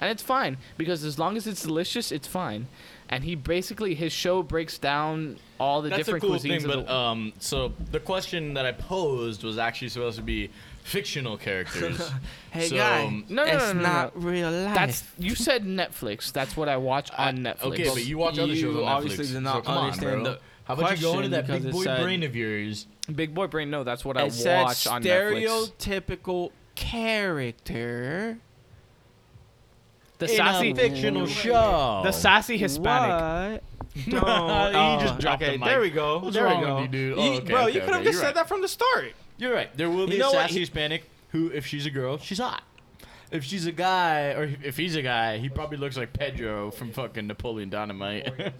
S5: And it's fine because as long as it's delicious, it's fine. And he basically his show breaks down all the
S2: That's
S5: different
S2: a cool
S5: cuisines.
S2: thing,
S5: of
S2: but
S5: the-
S2: um, so the question that I posed was actually supposed to be fictional characters.
S1: Hey
S2: so, um,
S1: guy,
S5: No, no,
S1: it's
S5: no, no,
S1: not real life.
S5: that's you said Netflix. That's what I watch
S2: I-
S5: on Netflix.
S2: Okay, but you watch other
S1: You
S2: shows on Netflix.
S1: obviously did
S2: so
S1: not
S2: come
S1: understand
S2: on, bro.
S1: the
S2: How about you go into
S1: question
S2: that big
S1: because it
S2: boy
S1: said-
S2: brain of yours?
S5: Big Boy Brain. No, that's what I
S1: it said
S5: watch on Netflix.
S1: stereotypical character.
S5: The sassy,
S2: fictional show.
S5: the sassy Hispanic.
S1: What? No.
S2: He just
S1: Oh,
S2: dropped the
S1: okay,
S2: mic.
S1: There we go.
S2: What's
S1: there
S2: wrong
S1: we go.
S2: with you, dude?
S1: You-
S2: Oh, okay,
S1: bro,
S2: okay,
S1: you could have
S2: okay,
S1: just
S2: you're
S1: said
S2: right.
S1: that from the start.
S2: You're right. There will be
S1: You know
S2: a
S1: what?
S2: sassy Hispanic who, if she's a girl, she's hot. If she's a guy, or if he's a guy, he probably looks like Pedro from fucking Napoleon Dynamite.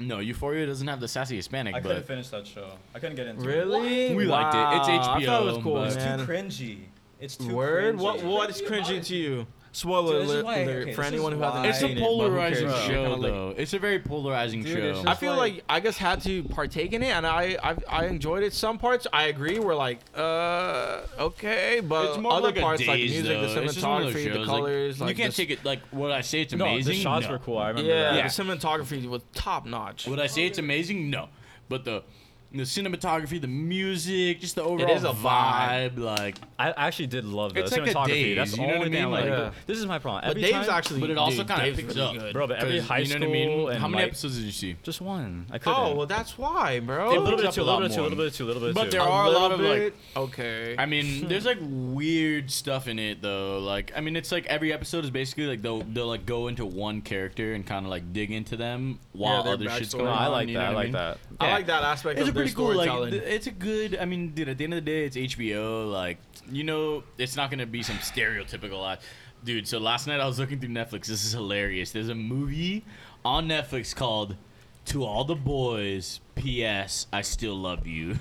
S2: no, Euphoria doesn't have the sassy Hispanic,
S3: I couldn't
S2: but
S3: finish that show. I couldn't get into
S1: Really?
S2: We liked it. It's
S1: Wow, I thought it was
S2: HBO,
S1: cool,
S3: it.
S2: but-
S3: It's
S1: man.
S3: too cringy. It's too
S1: Word?
S3: cringy.
S1: What what is cringing to you? Spoiler
S3: Dude, this is
S1: alert
S3: why-
S1: alert
S3: okay,
S1: for
S3: this is
S1: anyone who hasn't
S3: why-
S2: it's
S1: seen
S2: a
S1: it, but who
S2: polarizing
S1: cares?
S2: show,
S1: Kinda like-
S2: though. It's a very polarizing
S3: Dude,
S2: show.
S3: it's
S1: I
S3: just-
S1: feel like,
S3: like-
S1: I just had to partake in it, and I I, I enjoyed it. Some parts I agree were like, uh, okay, but
S2: It's more
S1: other
S2: like a
S1: parts like the
S2: daze,
S1: music,
S2: though.
S1: the
S2: It's just one of those
S1: cinematography, the
S2: shows,
S1: colors. Like,
S2: you can't
S1: the,
S2: take it like what I say. It's
S3: No,
S2: amazing.
S3: the shots
S2: No.
S3: were cool. I remember
S1: Yeah,
S3: that.
S1: the cinematography was top notch.
S2: Would I say it's amazing? No, but the the cinematography, the music, just the overall
S1: is a vibe.
S2: vibe, like
S3: I actually did love the
S2: It's like a
S3: cinematography.
S2: daze,
S3: That's
S2: you
S3: all
S2: know what I
S3: I
S2: mean?
S3: mean. Like,
S1: Like-
S3: this is my problem.
S1: But
S3: Every
S1: Dave's
S3: time-
S1: actually,
S2: but it also
S1: dude,
S2: kinda
S1: Dave's
S2: picks
S1: really
S2: up.
S1: good.
S3: bro, but every
S2: 'cause
S3: high
S2: you know what
S3: school
S2: I mean.
S3: and
S2: How many
S3: like,
S2: episodes did you see?
S3: Just one. I couldn't.
S1: Oh well, that's why,
S3: a
S1: bro.
S2: It
S3: little bit
S2: picks
S3: too, a
S2: up a lot
S3: little bit too, a
S2: more.
S3: little bit too, a little bit
S2: But
S3: too.
S2: there are a lot of, like-
S1: okay.
S2: I mean, there's like weird stuff in it though. Like, I mean, it's like every episode is basically like they'll they'll like go into one character and kind of like dig into them while
S1: their
S2: other shit's
S1: backstory.
S2: going
S3: No,
S2: on.
S3: I like
S2: you
S3: that.
S2: know
S3: I
S2: what
S3: like
S2: mean?
S3: that.
S1: I
S2: Yeah.
S1: like that aspect
S2: It's a
S1: of their
S2: pretty cool, like,
S1: storytelling.
S2: th- it's a good, I mean, dude, at the end of the day, it's HBO, like, you know, it's not gonna be some stereotypical, uh, dude, so last night I was looking through Netflix, this is hilarious, there's a movie on Netflix called To All the Boys, P.S., I Still Love You,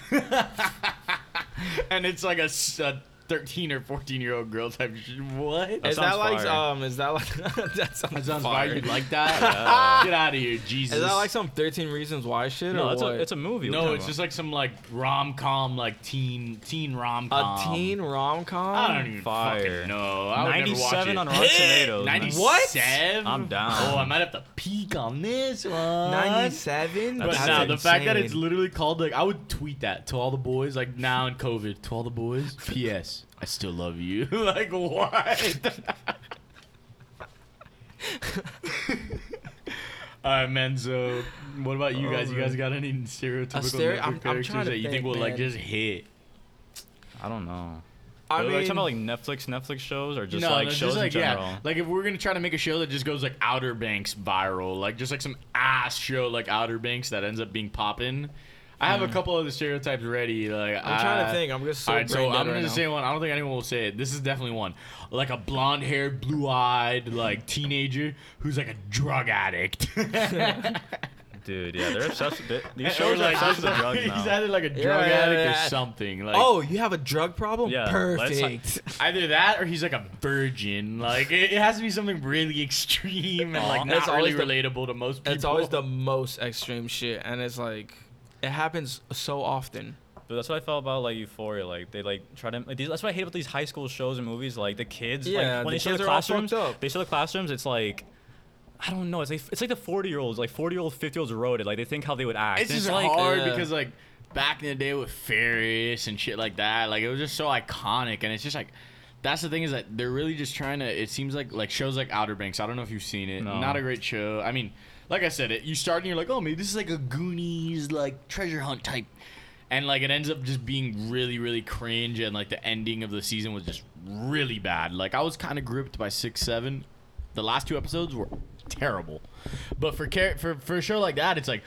S2: and it's like a, s- a 13 or 14 year old girl type, sh- what?
S1: is that
S3: sounds
S1: like
S3: fire.
S1: um? Is that like that sounds,
S2: That sounds
S1: fire.
S2: fire, you like that? Get out of here, Jesus.
S1: Is that like some Thirteen Reasons Why shit
S3: No,
S1: or
S3: it's
S1: what?
S3: a it's a movie.
S2: no, it's just like some like rom com, like teen teen rom com.
S1: A teen rom com.
S2: Um, I don't even
S3: Fire.
S2: fucking know. I would never watch
S3: 97
S2: it.
S3: on Rotten Tomatoes, man.
S2: 97?
S3: I'm down.
S2: Oh, I might have to peek on this one.
S1: Ninety-seven.
S2: But now the fact that it's literally called like I would tweet that to all the boys like now in COVID to all the boys. P.S. I still love you. like what? All right, man. So, what about you guys? You guys got any stereotypical
S1: stereo-
S2: Netflix
S1: I'm- I'm trying
S2: characters
S1: to
S2: that you
S1: think,
S2: think will like
S1: man.
S2: just hit?
S3: I don't know.
S1: I
S3: Are you
S1: mean,
S3: talking about like Netflix, Netflix shows, or just
S2: no,
S3: like
S2: no,
S3: shows
S2: just like
S3: in general?
S2: yeah, like if we're gonna try to make a show that just goes like Outer Banks viral, like just like some ass show like Outer Banks that ends up being poppin'. I
S3: Hmm.
S2: have a couple of the stereotypes ready. Like
S1: I'm trying to think. I'm just so.
S2: uh, all right, so
S1: brain dead
S2: I'm
S1: right
S2: gonna
S1: now.
S2: say one. I don't think anyone will say it. This is definitely one. Like a blonde-haired, blue-eyed, like teenager who's like a drug addict.
S3: Dude, yeah, they're obsessed. With, these
S2: Or,
S3: shows are
S2: like,
S3: obsessed with
S2: he's-
S3: drugs
S2: He's
S3: now.
S2: either like a drug
S1: yeah,
S2: addict
S1: yeah.
S2: or something. Like,
S1: Oh, you have a drug problem?
S3: Yeah, let's-
S1: Perfect.
S2: Either that or he's like a virgin. Like it, it has to be something really extreme and like
S1: Aw.
S2: not
S1: It's
S2: really
S1: always the-
S2: relatable to most people.
S1: It's always the most extreme shit, and it's like it happens so often.
S3: But that's what I felt about like Euphoria. Like they like try to. Like, these, that's what I hate about these high school shows and movies. Like the kids.
S1: Yeah,
S3: like, when
S1: the
S3: they show
S1: kids
S3: the
S1: are all
S3: classrooms,
S1: fucked up.
S3: they show the classrooms. It's like. I don't know. It's like it's like the forty year olds, like forty year old, fifty year olds wrote it. Like they think how they would act.
S2: It's
S3: And
S2: just
S3: like,
S2: hard
S1: yeah.
S2: because like back in the day with Ferris and shit like that, like it was just so iconic, and it's just like. That's the thing is that they're really just trying to. It seems like like shows like Outer Banks. I don't know if you've seen it.
S3: No.
S2: Not a great show. I mean, like I said, it you start and you're like, oh, maybe this is like a Goonies like treasure hunt type, and like it ends up just being really really cringe, and like the ending of the season was just really bad. Like I was kind of gripped by six seven. The last two episodes were terrible, but for char- for for a show like that, it's like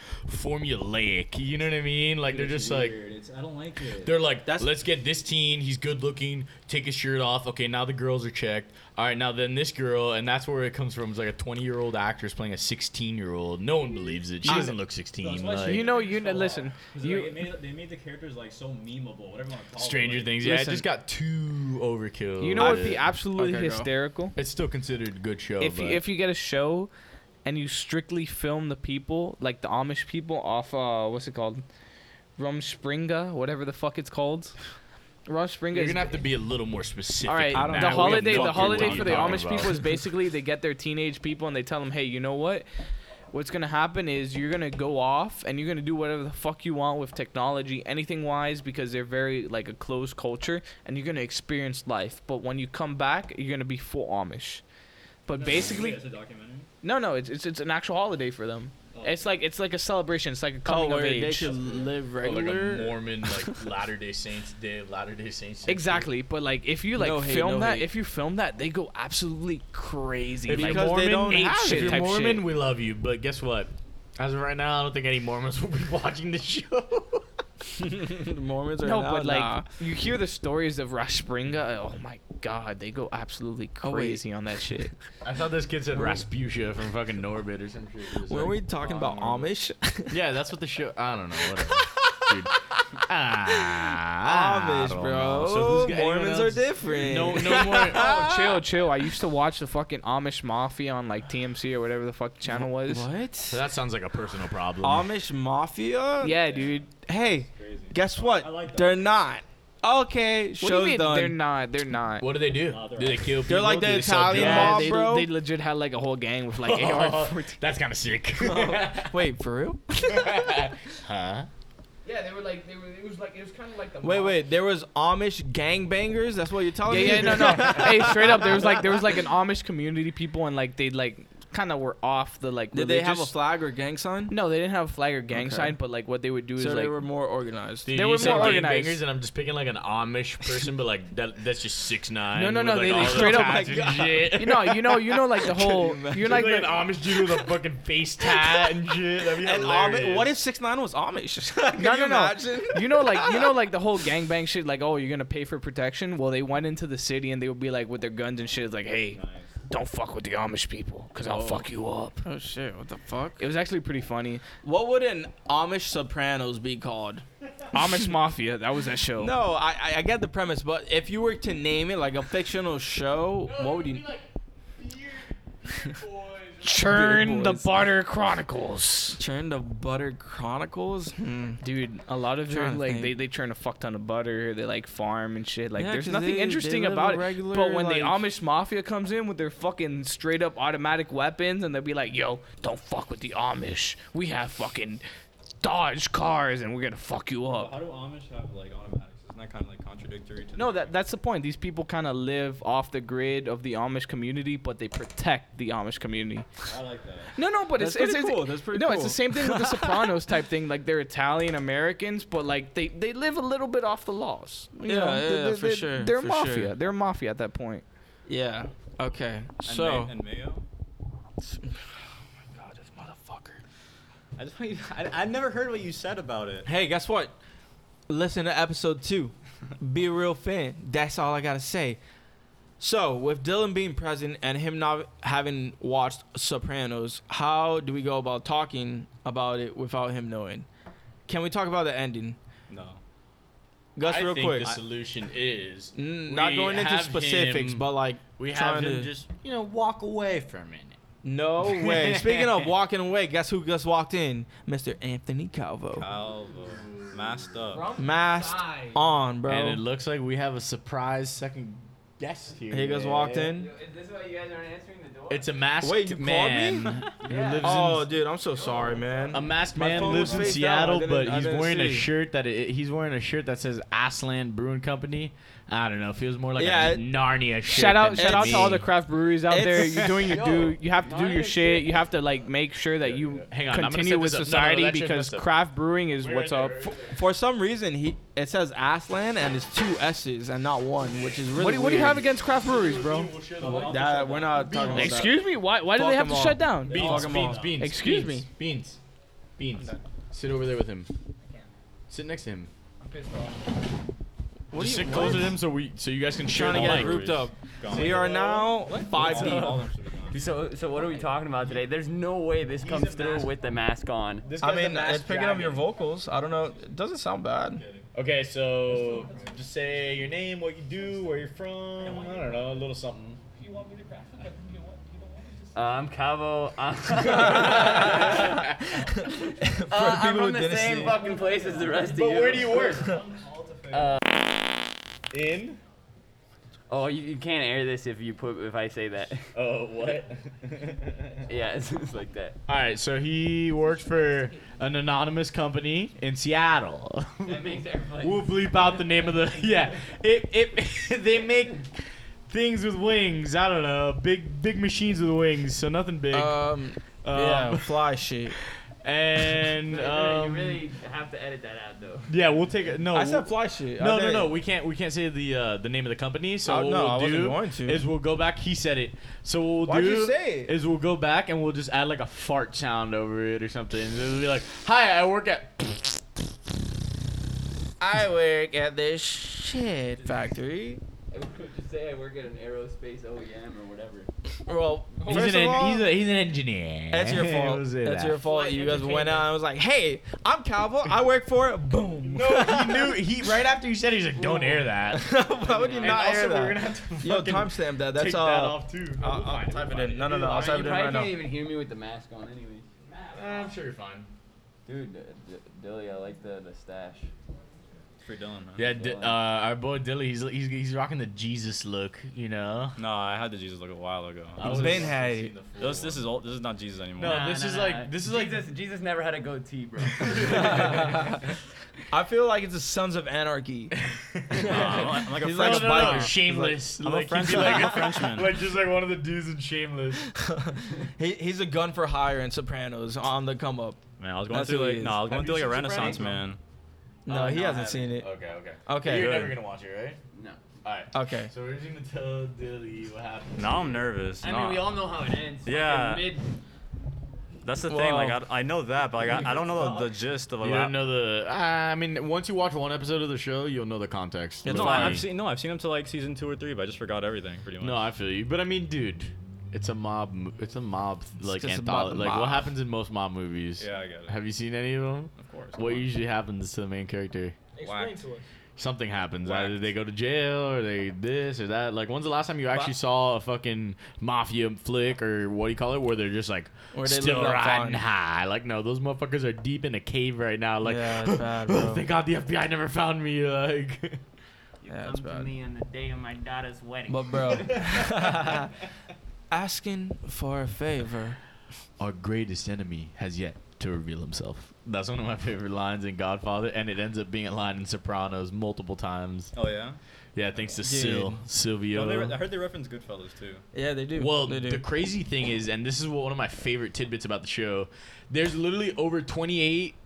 S2: formulaic. You know what I mean? Like they're just like
S3: I don't like it.
S2: they're like,
S1: That's-
S2: let's get this teen. He's good looking. Take his shirt off. Okay, now the girls are checked. All right, now then this girl, and that's where it comes from. It's like a 20 year old actress playing a 16 year old. No one believes it. She
S3: I-
S2: doesn't look 16.
S3: That's why
S2: Like,
S3: she-
S5: You know, you
S3: so
S5: know,
S3: hot.
S5: listen,
S3: 'Cause,
S5: you-
S3: like, it made, they made the characters like so memeable, whatever you want to call
S2: Stranger
S3: it. like-
S2: Things. Yeah,
S5: Listen.
S2: it just got too overkill.
S5: You know
S2: I-
S5: what'd be absolutely
S1: Okay, go.
S5: hysterical?
S2: It's still considered a good show.
S5: if you,
S2: but-
S5: if you get a show and you strictly film the people, like the Amish people off uh what's it called? Rumspringa, whatever the fuck it's called. Rumspringa
S2: you're
S5: is
S2: gonna have to be a little more specific.
S5: All right,
S2: than
S5: the
S2: that. We
S5: holiday
S2: have no
S5: the
S2: clue
S5: holiday
S2: what
S5: for
S2: you're
S5: the
S2: talking
S5: Amish
S2: about.
S5: people is basically they get their teenage people and they tell them, "Hey, you know what? What's going to happen is you're going to go off and you're going to do whatever the fuck you want with technology, anything wise because they're very like a closed culture and you're going to experience life. But when you come back, you're going to be full Amish." But basically,
S3: it's a documentary.
S5: no, no, it's, it's it's an actual holiday for them.
S3: Oh.
S5: It's like it's like a celebration. It's like a
S1: Oh,
S5: coming of
S1: where they
S5: age.
S1: should live
S2: Oh, like
S1: regular.
S2: a Mormon, like Latter Day Saints Day of Latter Day Saints.
S5: Exactly, but like if you like
S1: No hate,
S5: film
S1: no
S5: that,
S1: hate.
S5: if you film that, they go absolutely crazy.
S1: If
S5: Like,
S1: Because they don't
S5: ape
S1: have it.
S5: shit
S2: if you're
S5: type
S2: Mormon,
S5: shit.
S2: we love you, but guess what? As of right now, I don't think any Mormons will be watching the show.
S1: the Mormons are
S5: No,
S1: now-
S5: but like
S1: nah.
S5: you hear the stories of Rush Springa. Oh my god, they go absolutely
S1: Oh, wait.
S5: crazy on that shit.
S2: I thought this kid said Rasputia from fucking Norbit or some shit. It was
S1: Were we
S2: like-
S1: talking about Amish?
S2: Yeah, that's what the show. I don't know. Whatever. Dude. Ah, I
S1: Amish,
S2: don't
S1: bro.
S2: know. So who's got- anyone
S1: Mormons are
S2: else?
S1: different.
S2: No, no more.
S1: Ah.
S5: oh, chill, chill. I used to watch the fucking Amish Mafia on like TMC or whatever the fuck the channel was.
S1: What?
S2: that sounds like a personal problem.
S1: Amish mafia?
S5: Yeah, dude.
S1: Hey,
S3: Crazy.
S1: guess what?
S3: I like that.
S1: They're not. Okay,
S5: What
S1: show's
S5: do you mean
S1: done.
S5: they're not? They're not.
S2: What do they do?
S3: Oh, they're
S2: Do they kill people?
S1: They're like
S2: Do
S1: the
S2: they sell
S1: Italian
S5: Yeah,
S1: mob,
S2: drugs?
S5: they,
S1: bro.
S5: they legit had like a whole gang with like AR-14.
S2: That's kind of sick.
S1: Wait, for real?
S2: huh?
S5: Yeah, they were like they were. It was like it was kind of like the.
S1: Wait, wait. There was Amish gangbangers. That's what you're telling
S5: Oh, Yeah,
S1: me.
S5: yeah, no, no. hey, straight up, there was like there was like an Amish community people and like they like kind of were off the like.
S1: Did they have a
S5: religious-
S1: flag or gang sign?
S5: No, they didn't have a flag or gang
S1: Okay.
S5: sign, but like what they would do is
S1: So
S5: like
S1: they were more organized.
S2: Dude,
S5: They
S2: you
S5: were
S2: said
S5: more
S2: gangbangers,
S5: organized.
S2: and I'm just picking like an Amish person, but like that, that's just six nine.
S5: No, no, no, they- they straight up- you know, you know, you know, like the whole
S1: imagine?
S5: you're like,
S2: an
S5: the,
S2: Amish dude with a fucking face tat and shit. That'd be
S1: And Ami-
S2: hilarious.
S1: what if Six Nine was Amish? Can
S5: No,
S1: you
S5: no, no.
S1: imagine?
S5: you know, like you know, like the whole gangbang shit. Like, oh, you're gonna pay for protection. Well, they went into the city and they would be like with their guns and shit. Like, hey,
S3: Nice.
S5: don't fuck with the Amish people, cause I'll
S1: Oh.
S5: fuck you up.
S1: Oh shit! What the fuck?
S5: It was actually pretty funny.
S1: What would an Amish Sopranos be called?
S5: Amish Mafia, that was that show.
S1: No, I I- I get the premise, but if you were to name it like a fictional show, what would you?
S5: Churn
S1: Beard
S5: the
S1: Boys.
S5: Butter Chronicles.
S1: Churn the Butter Chronicles? Hmm.
S5: Dude, a lot of
S1: Trying
S5: them
S1: to
S5: like
S1: think.
S5: they, they churn a fuck ton of butter. They like farm and shit. Like
S1: Yeah,
S5: there's
S1: 'cause
S5: nothing
S1: they- they
S5: interesting
S1: live a
S5: about it. But
S1: regular,
S5: when the
S1: like-
S5: Amish mafia comes in with their fucking straight up automatic weapons and they'll be like, "Yo, don't fuck with the Amish. We have fucking Dodge cars and we're gonna fuck you
S3: But
S5: up."
S3: how do Amish have like automatics? Isn't that kind of like contradictory to?
S5: No,
S3: the-
S5: that that's the point. These people kind of live off the grid of the Amish community, but they protect the Amish community.
S3: I like that.
S5: No, no, but
S1: That's
S5: it's it's,
S1: pretty
S5: it's
S1: cool. That's pretty
S5: no, it's the
S1: cool.
S5: same thing with the Sopranos type thing. Like they're Italian Americans, but like they they live a little bit off the laws. You
S1: Yeah,
S5: know?
S1: yeah,
S5: They-
S1: yeah,
S5: they-
S1: for
S5: they-
S1: sure,
S5: They're
S1: for
S5: mafia.
S1: sure.
S5: They're mafia at that point.
S1: Yeah. Okay.
S3: And
S1: So.
S3: May- and mayo.
S1: God, this motherfucker.
S3: I just want you. I, I never heard what you said about it.
S1: Hey, guess what? Listen to episode two. Be a real fan. That's all I gotta say. So, with Dylan being present and him not having watched Sopranos, how do we go about talking about it without him knowing? Can we talk about the ending?
S3: No.
S1: Gus,
S2: I
S1: real
S2: think
S1: quick.
S2: the solution is
S1: N- Mm, not
S2: we
S1: going into
S2: have
S1: specifics,
S2: him-
S1: but like
S2: we have
S1: trying
S2: him
S1: to-
S2: just you know walk away for a minute.
S1: no way. Speaking of walking away, guess who just walked in? Mr. Anthony Calvo,
S3: Calvo. Masked up.
S1: masked on, bro.
S2: And it looks like we have a surprise second guest here.
S1: he just walked in.
S5: this is why you guys aren't answering the door?
S2: It's a masked
S1: Wait, you called
S2: man
S1: me?
S2: who lives
S1: Oh,
S2: in
S1: dude, I'm so sorry, man.
S2: A masked
S1: My
S2: man
S1: phone
S2: lives
S1: was
S2: in
S1: faced
S2: Seattle,
S1: out. I
S2: but
S1: didn't- I
S2: he's
S1: didn't
S2: wearing a
S1: see.
S2: shirt that it, he's wearing a shirt that says Aslan Brewing Company, I don't know. Feels more like
S7: Yeah,
S2: a
S7: it-
S2: Narnia. shit
S5: Shout
S2: than
S5: out, shout out to
S2: me.
S5: all the craft breweries out there.
S7: It's-
S5: You're doing your
S4: Yo,
S5: do. You have to do
S4: not
S5: your
S4: even
S5: shit.
S4: shit.
S5: You have to like make sure that you
S2: Hang on, I'm gonna
S5: continue
S2: set
S5: with
S2: this up. No, no,
S5: society
S2: that's it,
S5: because
S2: that's it.
S5: craft brewing is what's up.
S1: For some reason, he it says Aslan and it's two S's and not one, which is really.
S5: What do, you- what do you
S1: weird.
S5: have against craft breweries, bro?
S1: That, we're not talking about that.
S5: Excuse me. Why? Why do
S1: Fuck
S5: they have to
S1: them all.
S5: shut down?
S2: Beans,
S1: Fuck 'em
S2: beans,
S1: all.
S2: beans.
S5: Excuse
S2: beans,
S5: me.
S2: Beans. Beans. Sit over there with him. Sit next to him.
S4: I'm pissed off.
S2: What Just sit closer to him so we so you guys can share
S1: Trying to
S2: the
S1: get
S2: mic.
S1: grouped up. We are now five deep.
S8: So, so what are we talking about today? There's no way this comes through with the mask on.
S1: I mean, it's picking up your vocals. I don't know. It doesn't sound bad.
S2: Okay, so just say your name, what you do, where you're from. I don't know, a little something.
S8: I'm Cavo. I'm,
S1: For
S8: Uh, I'm
S1: people who
S8: from the
S1: didn't
S8: same
S1: see-
S8: fucking place as the rest of you.
S2: work?
S8: Uh,
S2: In?
S8: oh, you, you can't air this if you put if I say that.
S2: Oh, what?
S8: yeah, it's, it's like that.
S2: All right, so he works for an anonymous company in Seattle.
S8: That makes
S2: We'll bleep out the name of the yeah. It it they make things with wings. I don't know, big big machines with wings. So nothing big.
S1: Um, yeah,
S2: Um,
S1: fly shit.
S2: And um,
S8: you really have to edit that out though.
S2: yeah, we'll take it. No,
S1: I
S2: we'll-
S1: said fly shit.
S2: no,
S1: I
S2: no,
S1: think-
S2: no. We can't we can't say the uh, the name of the company. So
S1: Oh,
S2: what
S1: no,
S2: we'll
S1: I wasn't
S2: do
S1: going to.
S2: is we'll go back. He said it. So what we'll
S1: Why'd
S2: do
S1: you say it?
S2: is we'll go back and we'll just add like a fart sound over it or something. It'll be like, "Hi, I work at."
S1: I work at this shit factory.
S8: Just say I work at an aerospace OEM or whatever.
S1: Well,
S2: He's
S1: first
S2: an,
S1: of all,
S2: he's, a, he's an engineer.
S1: that's your fault.
S2: We'll
S1: That's
S2: say that.
S1: your fault.
S4: Flight
S1: You guys went
S4: entertainment.
S1: out and was like, "Hey, I'm Calvo. I work for boom."
S2: No, he knew. He right after you said, it, he's like, "Don't air that."
S1: Why would you
S2: And
S1: not
S2: also,
S1: hear
S2: we're
S1: that?
S2: gonna have to
S1: Yo,
S2: fucking
S1: timestamp that. That's
S2: take
S1: all.
S2: that off too. We'll
S1: I'll, I'll
S2: find
S1: type it
S2: we'll
S1: in.
S2: find
S1: No, no, no. I'll
S8: You
S1: type it
S8: probably
S1: in right
S8: can't
S1: now.
S8: even hear me with the mask on, anyways.
S2: "Eh, I'm sure you're fine.
S8: Dude, uh, D- Dilly, I like the, the stash.
S3: Free Dylan, man.
S2: Yeah, D- uh, our boy Dilly, he's, he's he's rocking the Jesus look, you know.
S3: No, I had the Jesus look a while ago.
S1: was- been had it.
S3: This, this is old. This is not Jesus anymore.
S2: Uh, No, this is like this is like
S8: Jesus, Jesus never had a goatee, bro.
S1: I feel like it's the Sons of Anarchy.
S3: Nah, I'm like, I'm like a
S1: He's
S3: French.
S1: like
S2: no,
S1: a
S2: no,
S1: biker.
S2: no,
S1: He's like-
S2: shameless.
S3: I'm
S2: like,
S3: a
S2: he'd be
S3: Frenchman. I'm a Frenchman.
S2: like just like one of the dudes in Shameless.
S1: he, he's a gun for hire in Sopranos on the come
S2: Oh,
S1: up.
S3: Man, I was going
S1: That's who
S3: through
S1: he
S3: like
S1: is.
S3: no, I was going
S2: Have
S3: through like
S2: you
S3: a
S2: seen
S3: Renaissance
S2: Sopranos?
S3: man.
S1: No,
S8: Oh,
S1: he
S8: no, I
S1: hasn't seen it.
S2: Okay, okay.
S1: Okay.
S2: Oh, You're
S3: Good.
S2: never gonna watch it, right?
S8: no.
S2: All right.
S1: Okay.
S2: So we're just gonna tell Dilly what happened.
S3: Now I'm nervous.
S8: I
S3: Nah.
S8: mean, we all know how it ends. Fucking
S3: Yeah.
S8: Mid-
S3: That's the thing. Like
S1: Whoa.
S3: I, I know that, but like I, I don't know the, the gist of
S2: You
S3: like.
S2: don't know the. I mean, once you watch one episode of the show, you'll know the context.
S1: It's
S3: No,
S2: But-
S1: fine.
S3: I, I've seen no, I've seen him to like season two or three, but I just forgot everything pretty much.
S2: No, I feel you, but I mean, dude, it's a mob. mo- It's a mob like
S1: just about
S2: anthology.
S1: the
S2: Like what
S1: mob.
S2: happens in most mob movies.
S3: Yeah, I get it.
S2: Have you seen any of them?
S3: Of course.
S2: What usually happens to the main character?
S4: Explain
S3: Whacked.
S4: to us.
S2: Something happens.
S3: Whacked.
S2: Either they go to jail or they this or that. Like, when's the last time you actually saw a fucking mafia flick or what do you call it, where they're just like
S1: Where they
S2: still
S1: live that
S2: riding
S1: fine.
S2: high? Like, no, those motherfuckers are deep in a cave right now. Like,
S1: Yeah, it's bad, bro.
S2: thank God the FBI never found me. Like,
S1: Yeah, it's bad.
S8: on the day of my daughter's wedding.
S1: But bro, asking for a favor.
S2: our greatest enemy has yet to reveal himself. That's one of my favorite lines in Godfather, and it ends up being a line in Sopranos multiple times.
S3: Oh yeah.
S2: Yeah, thanks to
S1: Dude.
S2: Sil,
S3: No,
S2: Silvio.
S3: they re- I heard they referenced Goodfellas too.
S1: Yeah, they do.
S2: well,
S1: uh, they do.
S2: the crazy thing is, and this is what one of my favorite tidbits about the show, there's literally over 28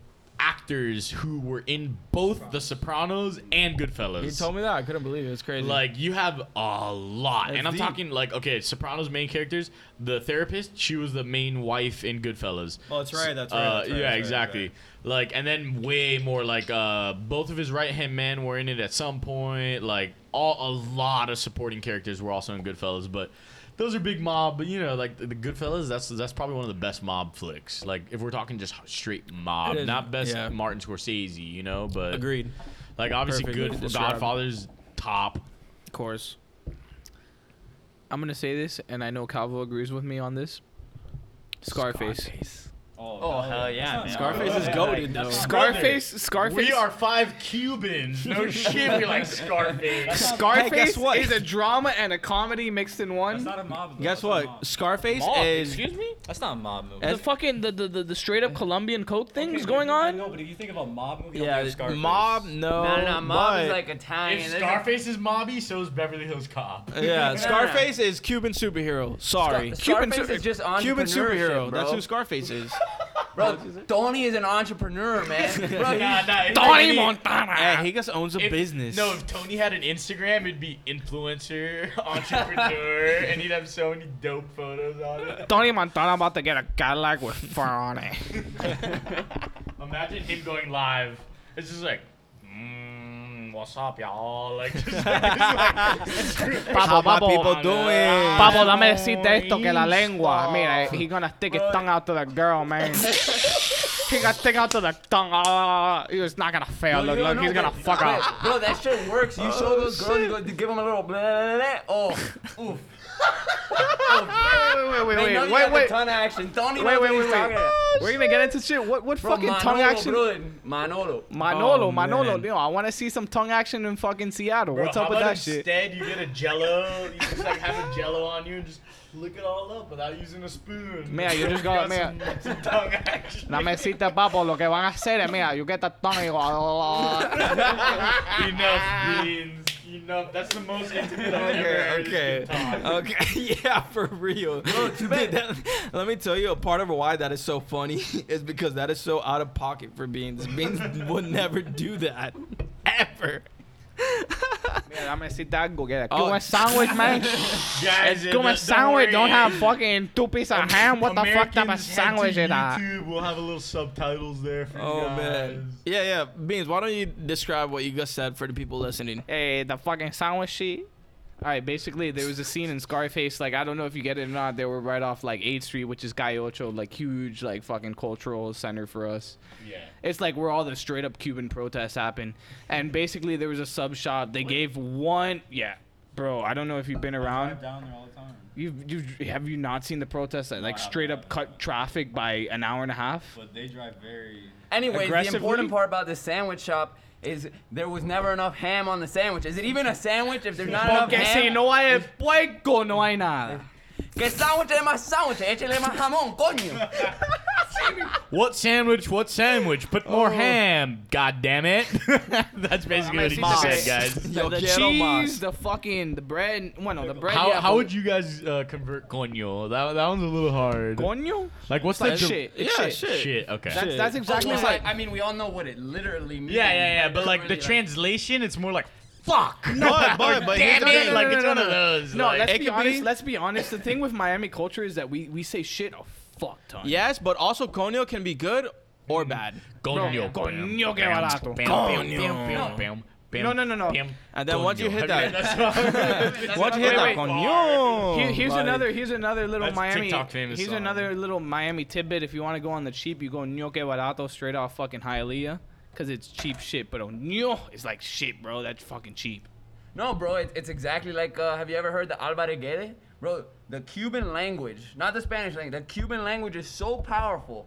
S2: actors who were in both The Sopranos and Goodfellas.
S1: he told me that. I couldn't believe it. It's crazy.
S2: Like you have a lot,
S1: That's
S2: and I'm
S1: deep.
S2: talking like okay, Sopranos main characters. The therapist, she was the main wife in Goodfellas.
S3: Oh, that's right, that's right,
S2: Uh,
S3: that's right,
S2: yeah,
S3: that's right,
S2: exactly.
S3: that's
S2: Like, and then way more like uh, both of his right hand men were in it at some point. Like, all a lot of supporting characters were also in Goodfellas, but. Those are big mob, but you know, like the the Goodfellas, that's that's probably one of the best mob flicks. Like if we're talking just straight mob,
S1: It is,
S2: not best
S1: yeah.
S2: Martin Scorsese, you know, but
S1: agreed.
S2: like obviously
S1: Perfectly
S2: good
S1: described.
S2: Godfather's top.
S5: Of course. I'm gonna say this, and I know Calvo agrees with me on this. Scarface.
S3: Oh,
S8: Oh, hell yeah, man.
S1: Scarface is goaded though.
S5: Scarface, Scarface,
S2: We are five Cubans. No shit, we like Scarface.
S1: Hey,
S5: Scarface
S1: guess what?
S5: is a drama and a comedy mixed in
S3: That's
S5: one.
S3: not a mob. Though.
S1: Guess
S3: That's a
S1: what?
S3: mob.
S1: Scarface
S2: Mob,
S1: is.
S2: excuse me?
S3: That's not a mob movie.
S5: The fucking the the, the, the straight up Colombian coke thing's going on.
S3: No, but if you think of a mob movie,
S8: Yeah,
S3: yeah, Scarface.
S1: Mob, no.
S8: No, no, no. Mob is
S1: but-
S8: like Italian.
S2: If
S8: This is-
S2: Scarface is mobby, so is Beverly Hills Cop.
S1: Yeah,
S8: no.
S1: Scarface is Cuban superhero. Sorry.
S8: Scarface
S1: Cuban,
S8: is just
S1: Cuban superhero.
S8: entrepreneurship,
S1: That's
S8: bro.
S1: who Scarface is.
S8: Bro, Donnie is an entrepreneur, man. Bro,
S2: Nah, nah,
S8: he's-
S2: if
S5: Tony
S2: Tony-
S8: Ah.
S5: Montana.
S1: hey, he just owns a
S2: if-
S1: business.
S2: No, if Tony had an Instagram, it'd be influencer, entrepreneur, and he'd have so many dope photos on it.
S5: Tony Montana about to get a Cadillac with fur on it.
S2: Imagine him going live. It's just like, mm, what's up, y'all? Like, just, it's like
S1: how my
S5: Bubble.
S2: Ah,
S1: people doing?
S5: Pablo, dame decirte esto que la lengua. Mira, eh, he gonna stick his
S8: Bro.
S5: tongue out to the girl, man. he gonna stick out to the tongue. Ah, he was not gonna fail.
S8: No,
S5: Look,
S8: you
S5: look,
S8: don't
S5: he's
S8: know
S5: gonna
S8: that-
S5: fuck
S8: Bro,
S5: up.
S8: Bro, that shit works. You show those girls, you go to give them a little blah, blah, blah, blah. Oh, oof.
S5: Ah, Wait, wait,
S8: They know
S5: wait,
S8: you
S5: wait,
S8: got the
S5: wait.
S8: Ton of action. Donnie
S5: Wait,
S8: knows
S5: wait,
S8: what
S5: wait,
S8: he's
S5: wait.
S8: talking about.
S5: We're gonna get into shit. What, what
S8: Bro,
S5: fucking
S8: Manolo,
S5: tongue action?
S8: Bro, Manolo.
S5: Manolo,
S8: Oh,
S5: Manolo,
S8: man.
S5: yo, I want to see some tongue action in fucking Seattle.
S2: Bro,
S5: What's
S2: how
S5: up with
S2: about
S5: that shit?
S2: Instead, you get a Jello. You just like have a Jello on you and just lick it all up without using a spoon.
S5: Mira, you just got- mira.
S2: Some, some tongue action.
S5: La mesita, papo, lo que van a hacer es, mira, you ah, get the tongue y go.
S2: Enough beans. Enough. That's the most intimate I've ever heard
S1: okay,
S2: this kid talk.
S1: okay, okay. yeah, for real. Dude, that- let me tell you, a part of why that is so funny is because that is so out of pocket for Beans. Beans would never do that, ever.
S5: ah. Mira, la mesita algo que
S1: Oh.
S5: oh. a sandwich, man.
S2: Guys,
S5: Give me a sandwich. Don't have fucking two pieces of ham. What the fuck type of sandwich is that?
S2: YouTube. We'll have a little subtitles there for
S1: Oh
S2: you guys.
S1: man, yeah, yeah. Beans, why don't you describe what you just said for the people listening?
S5: Hey, eh, the fucking sandwich sheet. All right, basically there was a scene in Scarface, like I don't know if you get it or not. They were right off like 8th Street, which is Calle Ocho, like huge, like fucking cultural center for us.
S2: Yeah.
S5: It's like where all the straight up Cuban protests happen. And basically there was a sub shop. They gave one, yeah, bro. I don't know if you've been around.
S3: Drive down there all the time.
S5: You've, you've have you not seen the protests that like
S3: I haven't,
S5: straight
S3: I
S5: up
S3: haven't.
S5: cut traffic by an hour and a half?
S3: But they drive very.
S8: Anyways, the
S5: Aggressively?
S8: important part about this sandwich shop is there was never enough ham on the sandwich. Is it even a sandwich if there's not enough
S5: Porque si
S8: ham?
S5: no hay puerco, no hay nada.
S8: Que sandwich es más sandwich? Échale más jamón, coño.
S2: What sandwich? What sandwich? Put more ham. God damn it. That's basically what he
S5: Mamacita.
S2: said, guys.
S1: Yo
S5: the
S1: quiero
S5: cheese,
S1: más.
S5: the fucking the bread. Bueno, the bread.
S2: How,
S5: yeah,
S2: how
S5: but-
S2: would you guys uh, convert coño? That, that one's a little hard.
S5: coño?
S2: Like, what's
S5: Like
S2: the div-
S5: shit.
S1: Yeah,
S5: It's shit.
S1: shit.
S2: Shit, okay.
S5: That's, that's exactly
S8: Well,
S5: it's like.
S8: I, I mean, we all know what it literally means.
S2: yeah, yeah, yeah. But,
S8: it's
S2: like, the
S8: really,
S2: translation, it's more like, fuck.
S1: But, but, but here's
S2: damn
S1: the
S2: it.
S1: thing.
S2: like,
S5: no,
S2: it's
S5: no,
S2: one
S5: no,
S2: of those.
S5: no,
S2: like,
S5: let's
S1: it
S5: be
S1: could
S5: honest.
S1: be-
S5: Let's be honest. The thing with Miami culture is that we we say shit a fuck ton.
S1: Yes, but also coño can be good or bad.
S2: coño.
S5: Bro, coño, que
S2: bam,
S5: barato.
S2: bam,
S1: Coño.
S2: bam, bam, bam, bam,
S5: No, no, no, no.
S2: bam,
S1: And then once you hit that-
S2: that,
S1: Once you
S5: Wait,
S1: hit that
S5: wait.
S1: coño,
S5: Here- here's
S1: like-
S5: another. Here's another little
S2: That's
S5: Miami.
S2: TikTok famous
S5: here's
S2: song.
S5: another little Miami tidbit. If you want to go on the cheap, you go ñoque barato straight off fucking Hialeah, cause it's cheap shit. But ño is like shit, bro. That's fucking cheap.
S8: No, bro, it, it's exactly like uh, have you ever heard the albaregere? Bro, the Cuban language, not the Spanish language, the Cuban language is so powerful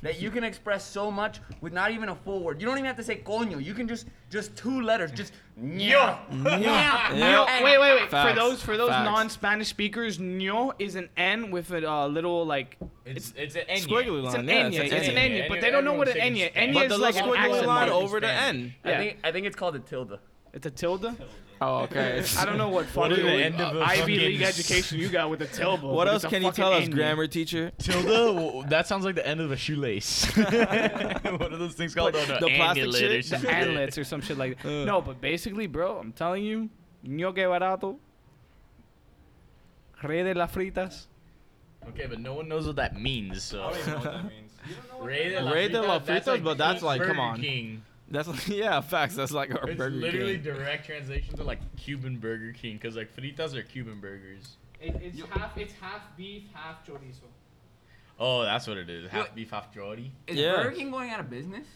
S8: that you can express so much with not even a full word. You don't even have to say coño. You can just just two letters, just ña.
S1: Yeah.
S5: Wait, wait, wait. For
S1: Facts.
S5: those for those
S1: Facts.
S5: non-Spanish speakers, ño is an N with a uh, little like
S2: It's, it's an
S1: squiggly
S5: it's
S1: line.
S5: an
S1: yeah,
S5: N. It's, an N,
S2: Enya.
S5: but they don't know what an N.
S2: Everyone's saying
S5: Enya
S1: But the little
S5: is like an
S1: squiggly
S5: accent
S1: line
S5: mark.
S2: mark.
S1: over the N.
S8: I
S5: Yeah.
S8: think I think it's called a tilde.
S5: It's a tilde.
S1: Oh, okay.
S5: I don't know what
S2: What is
S5: fucking
S2: the end of a
S5: Ivy
S2: fucking-
S5: League education you got with a tilde.
S1: What else can you tell us, grammar teacher?
S2: Tilda, that sounds like the end of a shoelace. what are those things called?
S1: Like the plastic
S2: annulet
S1: shit?
S2: or
S1: The
S2: something.
S5: Anlets or some shit like that. No, but basically, bro, I'm telling you, ño que barato. Rey de las fritas.
S2: Okay, but no one knows what that means.
S3: I
S2: So.
S3: don't even know what that means. You don't know what
S2: Ray de
S1: Ray de la Fritas, but that's like,
S2: Burger
S1: come on.
S2: King.
S1: That's like, yeah, facts. That's like our
S2: It's
S1: Burger
S2: literally
S1: King.
S2: direct translation to like Cuban Burger King, because like fritas are Cuban burgers.
S4: it's half. It's half beef, half chorizo.
S2: Oh, that's what it is. Half
S8: What?
S2: beef, half jordy.
S8: Is
S1: Yeah.
S8: Burger King going out of business?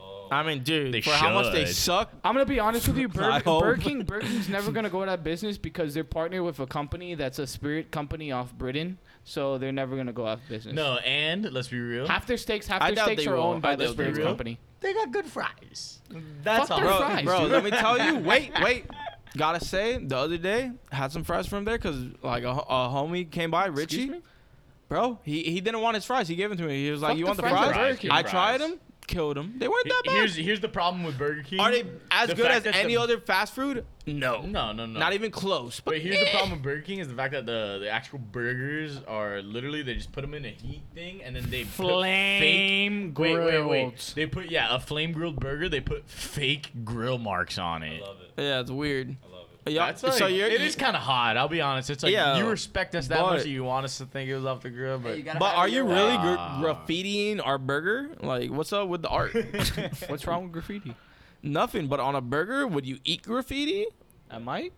S3: Oh.
S1: I mean, dude,
S2: They
S1: for how much they
S2: should.
S1: suck.
S5: I'm gonna be honest with you,
S1: I
S5: Burger,
S1: hope.
S5: Burger King. Burger King's never gonna go out of business because they're partnered with a company that's a spirit company off Britain so they're never gonna go out of business.
S2: No, and let's be real.
S5: half their steaks, half
S1: I
S5: their
S1: doubt
S5: steaks
S1: they
S5: are
S1: will.
S5: owned
S1: I
S5: by
S1: doubt
S5: this
S1: they
S5: British
S1: will.
S5: company.
S2: They got good fries. That's
S5: Fuck
S2: all.
S5: their
S2: Bro,
S5: fries.
S1: bro,
S5: dude.
S1: let me tell you. Wait, wait. Gotta say, the other day had some fries from there because like a, a homie came by, Richie.
S5: me?
S1: Bro, he he didn't want his fries. He gave them to me. He was like,
S5: Fuck
S1: "You
S5: the
S1: want the
S5: fries
S1: fries?"
S5: at Burger King.
S1: I
S2: Fries.
S1: tried them, killed them. They weren't that bad.
S2: Here's here's the problem with Burger King.
S1: Are they as
S2: The
S1: good as
S2: fact that
S1: any
S2: the-
S1: other fast food? No.
S2: No, no, no.
S1: Not even close. But
S2: But here's the problem with Burger King is the fact that the, the actual burgers are literally they just put them in a heat thing and then they
S4: Flame
S2: put fake, wait wait
S4: grilled.
S2: wait they put yeah a flame grilled burger they put fake grill marks on it.
S3: Love it.
S1: yeah, it's weird.
S3: I love it.
S1: Yeah,
S2: That's like,
S1: so you're,
S2: it is kind of hot. I'll be honest. It's like
S1: Yeah,
S2: you respect us that
S1: but-
S2: much that you want us to think it was off the grill, but
S8: Hey, you gotta
S1: But
S8: have
S1: are
S8: your-
S1: you really gr-
S2: Ah.
S1: graffitiing our burger? Like, what's up with the art?
S5: What's wrong with graffiti?
S1: Nothing. But on a burger, would you eat graffiti?
S5: I might.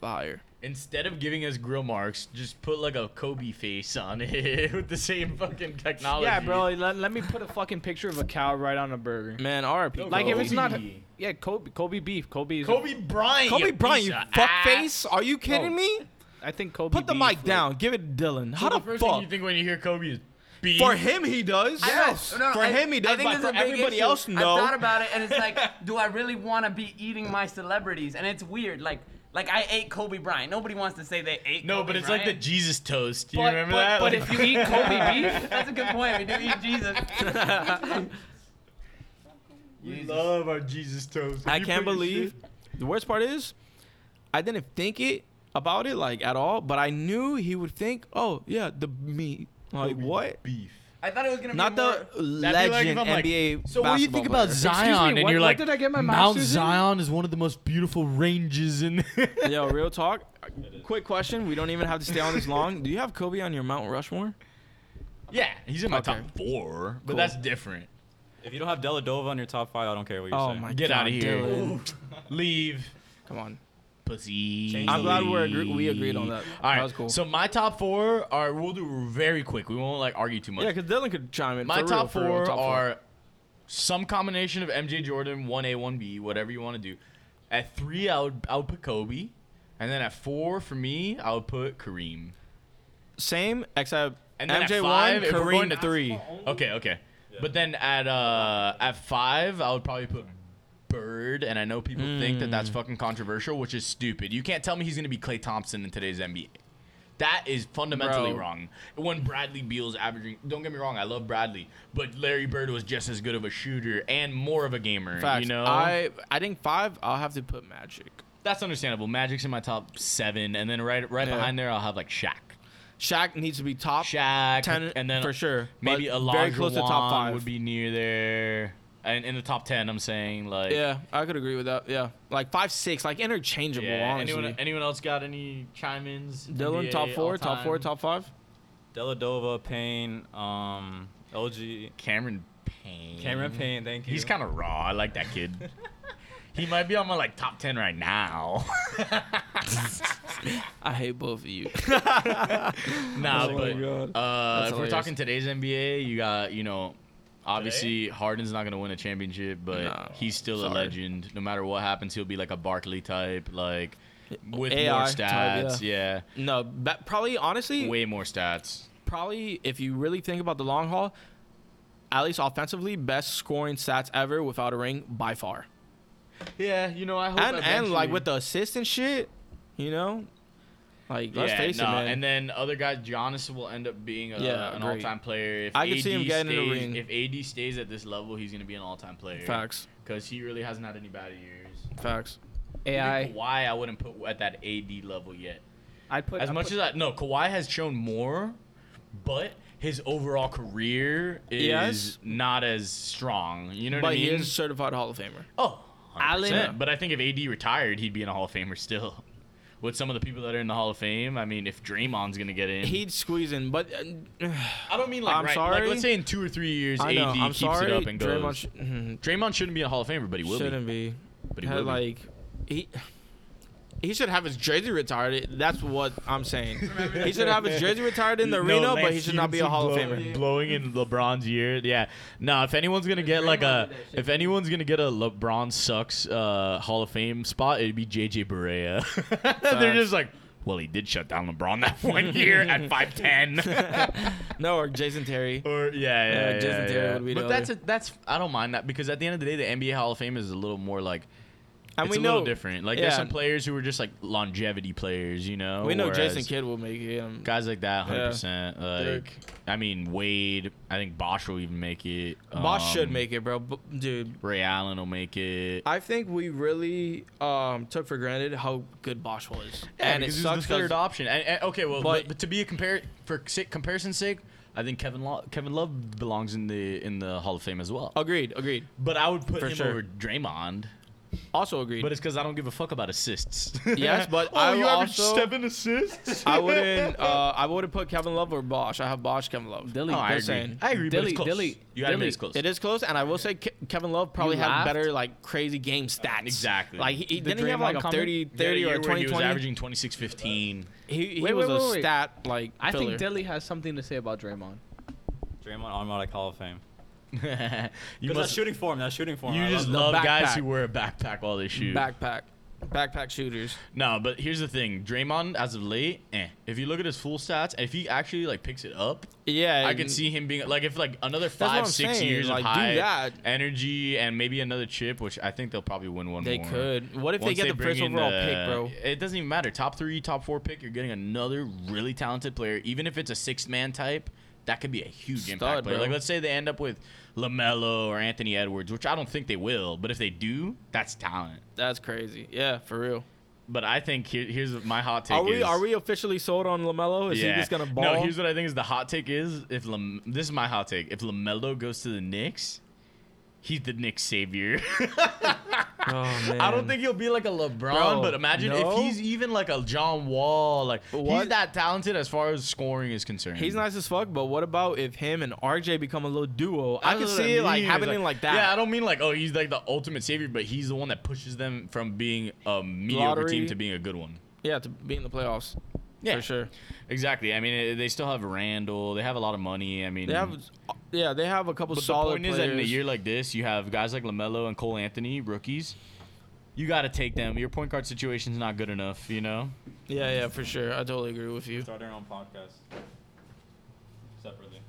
S1: Fire.
S2: instead of giving us grill marks, just put like a Kobe face on it with the same fucking technology.
S5: Yeah, bro. Let, let me put a fucking picture of a cow right on a burger.
S1: Man, RP.
S2: No,
S5: Like if it's not,
S2: Mm. Kobe.
S5: yeah, Kobe, Kobe beef, Kobe. Is
S2: Kobe Bryant.
S1: Kobe
S2: you
S1: Bryant,
S2: piece
S1: you
S2: of ass.
S1: fuckface. Are you kidding
S5: No.
S1: me?
S5: I think Kobe.
S1: Put the
S5: beef,
S1: mic
S5: like-
S1: down. Give it to Dylan. How
S2: So
S1: the,
S2: the first thing
S1: fuck?
S2: you think when you hear Kobe is beef?
S1: For him, he does.
S8: I know. No, no,
S1: for
S8: I-
S1: him, he
S8: I
S1: does.
S8: think
S1: But
S8: this
S1: for
S8: is a big
S1: everybody
S8: issue.
S1: else, no.
S8: I thought about it, and it's like, do I really want to be eating my celebrities? And it's weird. Like, like I ate Kobe Bryant. Nobody wants to say they ate.
S2: No,
S8: Kobe
S2: but it's
S8: Bryant.
S2: like the Jesus toast. You
S5: But,
S2: remember
S5: but,
S2: that?
S5: but
S2: Like-
S5: if you eat Kobe beef,
S8: That's a good point. We do eat Jesus.
S2: we love our Jesus toast.
S1: I
S2: You
S1: can't
S2: put your
S1: believe.
S2: shit-
S1: The worst part is, I didn't think it about it like at all. But I knew he would think, oh yeah, the meat. Like
S2: Kobe
S1: what?
S2: beef?
S8: I thought it was gonna
S1: Not
S8: be more,
S1: the
S2: That'd be like if
S1: legend
S2: I'm like,
S1: NBA.
S2: So what do you think about Zion?
S5: me,
S2: and
S5: what-
S2: you're
S5: what
S2: like,
S5: did I get my
S2: Mount
S5: master's in?"
S2: Zion is one of the most beautiful ranges in.
S1: Yo, real talk. Quick question. We don't even have to stay on this long. Do you have Kobe on your Mount Rushmore?
S2: yeah, he's in my
S1: Okay.
S2: top four, but
S1: Cool.
S2: that's different.
S3: If you don't have Deladova on your top five, I don't care what you say.
S1: Oh my
S2: Get
S1: god.
S2: outta here.
S1: Dylan.
S2: Leave.
S1: Come on.
S2: Pussy.
S1: I'm glad we're agree- we agreed on that.
S2: All right,
S1: That was cool.
S2: so my top four are. We'll do very quick. We won't like argue too much.
S1: Yeah, because Dylan could chime in.
S2: My
S1: for real,
S2: top
S1: for real,
S2: four
S1: top
S2: are some combination of MJ Jordan, one A, one B, whatever you want to do. At three, I would I would put Kobe, and then at four for me, I would put Kareem.
S1: Same, except
S2: And then at
S1: MJ
S2: five,
S1: one,
S2: if we're going
S1: Kareem
S2: to
S1: to three.
S2: Okay, okay. But then at uh at five, I would probably put Bird, and I know people think that
S1: Hmm.
S2: that's fucking controversial, which is stupid. You can't tell me he's gonna be Clay Thompson in today's NBA. That is fundamentally
S1: Bro.
S2: wrong. When Bradley Beal's averaging, don't get me wrong, I love Bradley, but Larry Bird was just as good of a shooter and more of a gamer.
S1: Facts.
S2: You know,
S1: I I think five. I'll have to put Magic.
S2: that's understandable. Magic's in my top seven, and then right right
S1: Yeah.
S2: behind there, I'll have like Shaq,
S1: Shaq needs to be top
S2: Shaq,
S1: ten,
S2: and then
S1: for sure.
S2: Maybe
S1: but
S2: Elijah
S1: very close to top five
S2: would be near there, and in the top ten, I'm saying like
S1: Yeah, I could agree with that. Yeah, like five, six, like interchangeable.
S2: Yeah,
S1: honestly,
S2: anyone anyone else got any chime ins?
S1: Dylan, top four, top four, top five.
S3: Deladova, Payne, um, LG,
S2: Cameron Payne.
S3: Cameron Payne. Thank you.
S2: Mm-hmm. He's kind of raw. I like that kid. he might be on my like top ten right now.
S1: I hate both of you.
S2: nah,
S1: Oh
S2: but
S1: my God.
S2: uh, if
S1: That's
S2: we're
S1: hilarious.
S2: talking today's NBA, you got you know. Obviously, Harden's not gonna win a championship, but
S1: No,
S2: he's still a
S1: sorry.
S2: legend. No matter what happens, he'll be like a Barkley type, like with more
S1: AI
S2: stats.
S1: type,
S2: yeah.
S1: no, but probably honestly,
S2: way more stats.
S1: probably if you really think about the long haul, at least offensively, best scoring stats ever without a ring by far.
S2: Yeah, you know I hope
S1: And and like with the assist and shit, you know, like let's
S2: yeah,
S1: face
S2: nah,
S1: it, man.
S2: And then other guy, Giannis will end up being a,
S1: Yeah,
S2: an
S1: agreed.
S2: all-time player. If
S1: I could see him getting in
S2: stays,
S1: the ring.
S2: If AD stays at this level, he's gonna be an all-time player.
S1: facts,
S2: Because he really hasn't had any bad years.
S1: facts.
S5: AI.
S2: Why I wouldn't put at that AD level yet.
S5: I'd put
S2: As
S5: I'd
S2: much
S5: put-
S2: as I no, Kawhi has shown more, but his overall career is
S1: Yes.
S2: not as strong. You know what
S1: But
S2: I
S1: he
S2: mean?
S1: is a certified Hall of Famer.
S2: Oh,
S5: Allen-
S2: 100%. But I think if AD retired, he'd be in a Hall of Famer still. With some of the people that are in the Hall of Fame, I mean, if Draymond's gonna get in,
S1: He'd squeeze in, but uh,
S2: I don't mean like
S1: I'm
S2: right. Like,
S1: sorry.
S2: let's say in two or three years,
S1: I know.
S2: AD
S1: I'm
S2: keeps
S1: sorry.
S2: it up and goes.
S1: Draymond
S2: Draymond,
S1: sh- mhm,
S2: shouldn't be in a Hall of Famer, but he will
S1: shouldn't be.
S2: be. But he
S1: Had,
S2: will be.
S1: like he. He should have his jersey retired. That's what I'm saying. He should have his jersey retired in the arena, but he should not be a Hall of Famer.
S2: Blowing in LeBron's year, yeah. No, if anyone's gonna get like a, if anyone's gonna get a LeBron sucks uh, Hall of Fame spot, it'd be JJ Barea. They're
S1: Facts.
S2: just like, Well, he did shut down LeBron that one year at 5'10.
S1: No, or Jason Terry.
S2: or, yeah, yeah,
S1: Uh, Jason
S2: yeah,
S1: Taylor
S2: yeah.
S1: would be the
S2: But that's, a,
S1: other.
S2: that's, I don't mind that because at the end of the day, the NBA Hall of Fame is a little more like,
S1: And
S2: it's a
S1: we
S2: little
S1: know
S2: different. Like,
S1: yeah.
S2: there's some players who are just like longevity players, you know?
S1: We know Jason
S2: whereas-
S1: Kidd will make it. Um,
S2: Guys like that, hundred
S1: Yeah.
S2: percent. Like,
S1: Dirk.
S2: I mean, Wade. I think Bosch will even make it.
S1: Boss
S2: Um,
S1: should make it, bro. B- dude,
S2: Ray Allen will make it.
S1: I think we really um, took for granted how good Bosch was, and it
S2: because he's
S1: sucks.
S2: the
S1: 'cause-
S2: third option. And, and- okay, well,
S1: But-
S2: but, but to be a compare for si- comparison's sake, I think Kevin Lo- Kevin Love belongs in the in the Hall of Fame as well.
S1: Agreed. Agreed.
S2: Uh, But I would put
S1: For
S2: him
S1: sure.
S2: over Draymond.
S1: Also agreed.
S2: But it's because I don't give a fuck about assists.
S1: Yes, but
S2: oh,
S1: I
S2: you
S1: will
S2: averaged
S1: also-
S2: seven assists.
S1: I wouldn't. Uh, I wouldn't put Kevin Love or Bosch. I have Bosch, Kevin Love.
S5: Dilly,
S2: No, I
S1: They're
S2: agree.
S1: saying-
S2: I agree. but
S5: Dilly-
S2: it's close.
S5: Dilly-
S2: you gotta
S5: Dilly.
S2: admit it's close.
S1: It is close, and I will say Ke- Kevin Love probably
S5: You
S1: had
S5: laughed?
S1: better like crazy game stats.
S2: Exactly.
S1: Like he,
S5: The
S1: didn't he have
S5: Draymond
S1: like a
S5: comment?
S1: 30,
S2: He had a
S1: 30
S2: year
S1: or
S2: where
S1: 20,
S2: He was
S1: 20.
S2: averaging 26, 15.
S1: he, he
S5: Wait,
S1: was
S5: wait,
S1: a
S5: wait, wait.
S1: stat like.
S5: I think
S1: filler.
S5: Dilly has something to say about Draymond.
S3: Draymond automatic Hall of Fame.
S2: you
S3: Because that
S2: must.
S3: shooting form, that shooting form.
S2: You
S3: I
S2: just
S3: love it.
S2: love guys
S1: backpack.
S2: who wear a backpack while they shoot.
S1: backpack, backpack shooters.
S2: No, but here's the thing: Draymond, as of late, eh. If you look at his full stats, if he actually like picks it up,
S1: Yeah,
S2: I could see him being like if like another
S1: what
S2: five,
S1: I'm
S2: six
S1: saying,
S2: years
S1: like,
S2: of
S1: do
S2: high
S1: that.
S2: energy and maybe another chip, which I think they'll probably win one.
S1: They
S2: more.
S1: could. What if
S2: Once
S1: they get the
S2: bring
S1: first
S2: in
S1: overall
S2: the-
S1: pick, bro?
S2: It doesn't even matter. Top three, top four pick, you're getting another really talented player, even if it's a sixth man type. That could be a huge impact
S1: Stud,
S2: player.
S1: bro.
S2: Like, let's say they end up with Lamelo or Anthony Edwards, which I don't think they will, but if they do, that's talent.
S1: That's crazy. Yeah, for real.
S2: But I think here, here's my hot take.
S1: Are we
S2: is,
S1: are we officially sold on Lamelo? Is he just gonna ball?
S2: No, here's what I think is the hot take is if Lam- this is my hot take. If Lamelo goes to the Knicks, he's the Knicks savior. Oh, I don't think he'll be like a LeBron,
S1: Bro,
S2: but imagine
S1: no.
S2: if he's even like a John Wall. Like he's
S1: What?
S2: that talented as far as scoring is concerned.
S1: he's nice as fuck. But what about if him and RJ become a little duo?
S2: That's
S1: I can
S2: what
S1: see it like
S2: mean, is
S1: happening like, that.
S2: Yeah, I don't mean like oh he's like the ultimate savior, but he's the one that pushes them from being a mediocre team
S1: Lottery.
S2: to being a good one.
S1: yeah, to be in the playoffs.
S2: Yeah.
S1: for sure.
S2: Exactly. I mean, eh, they still have Randall. They have a lot of money. I mean,
S1: They have, yeah, they have a couple
S2: But
S1: solid
S2: the point
S1: players.
S2: is that in a year like this, you have guys like Lamelo and Cole Anthony, rookies. You got to take them. Your point guard situation's not good enough, you know.
S1: yeah, yeah, for sure. I totally agree with you.
S3: Start our own podcast separately.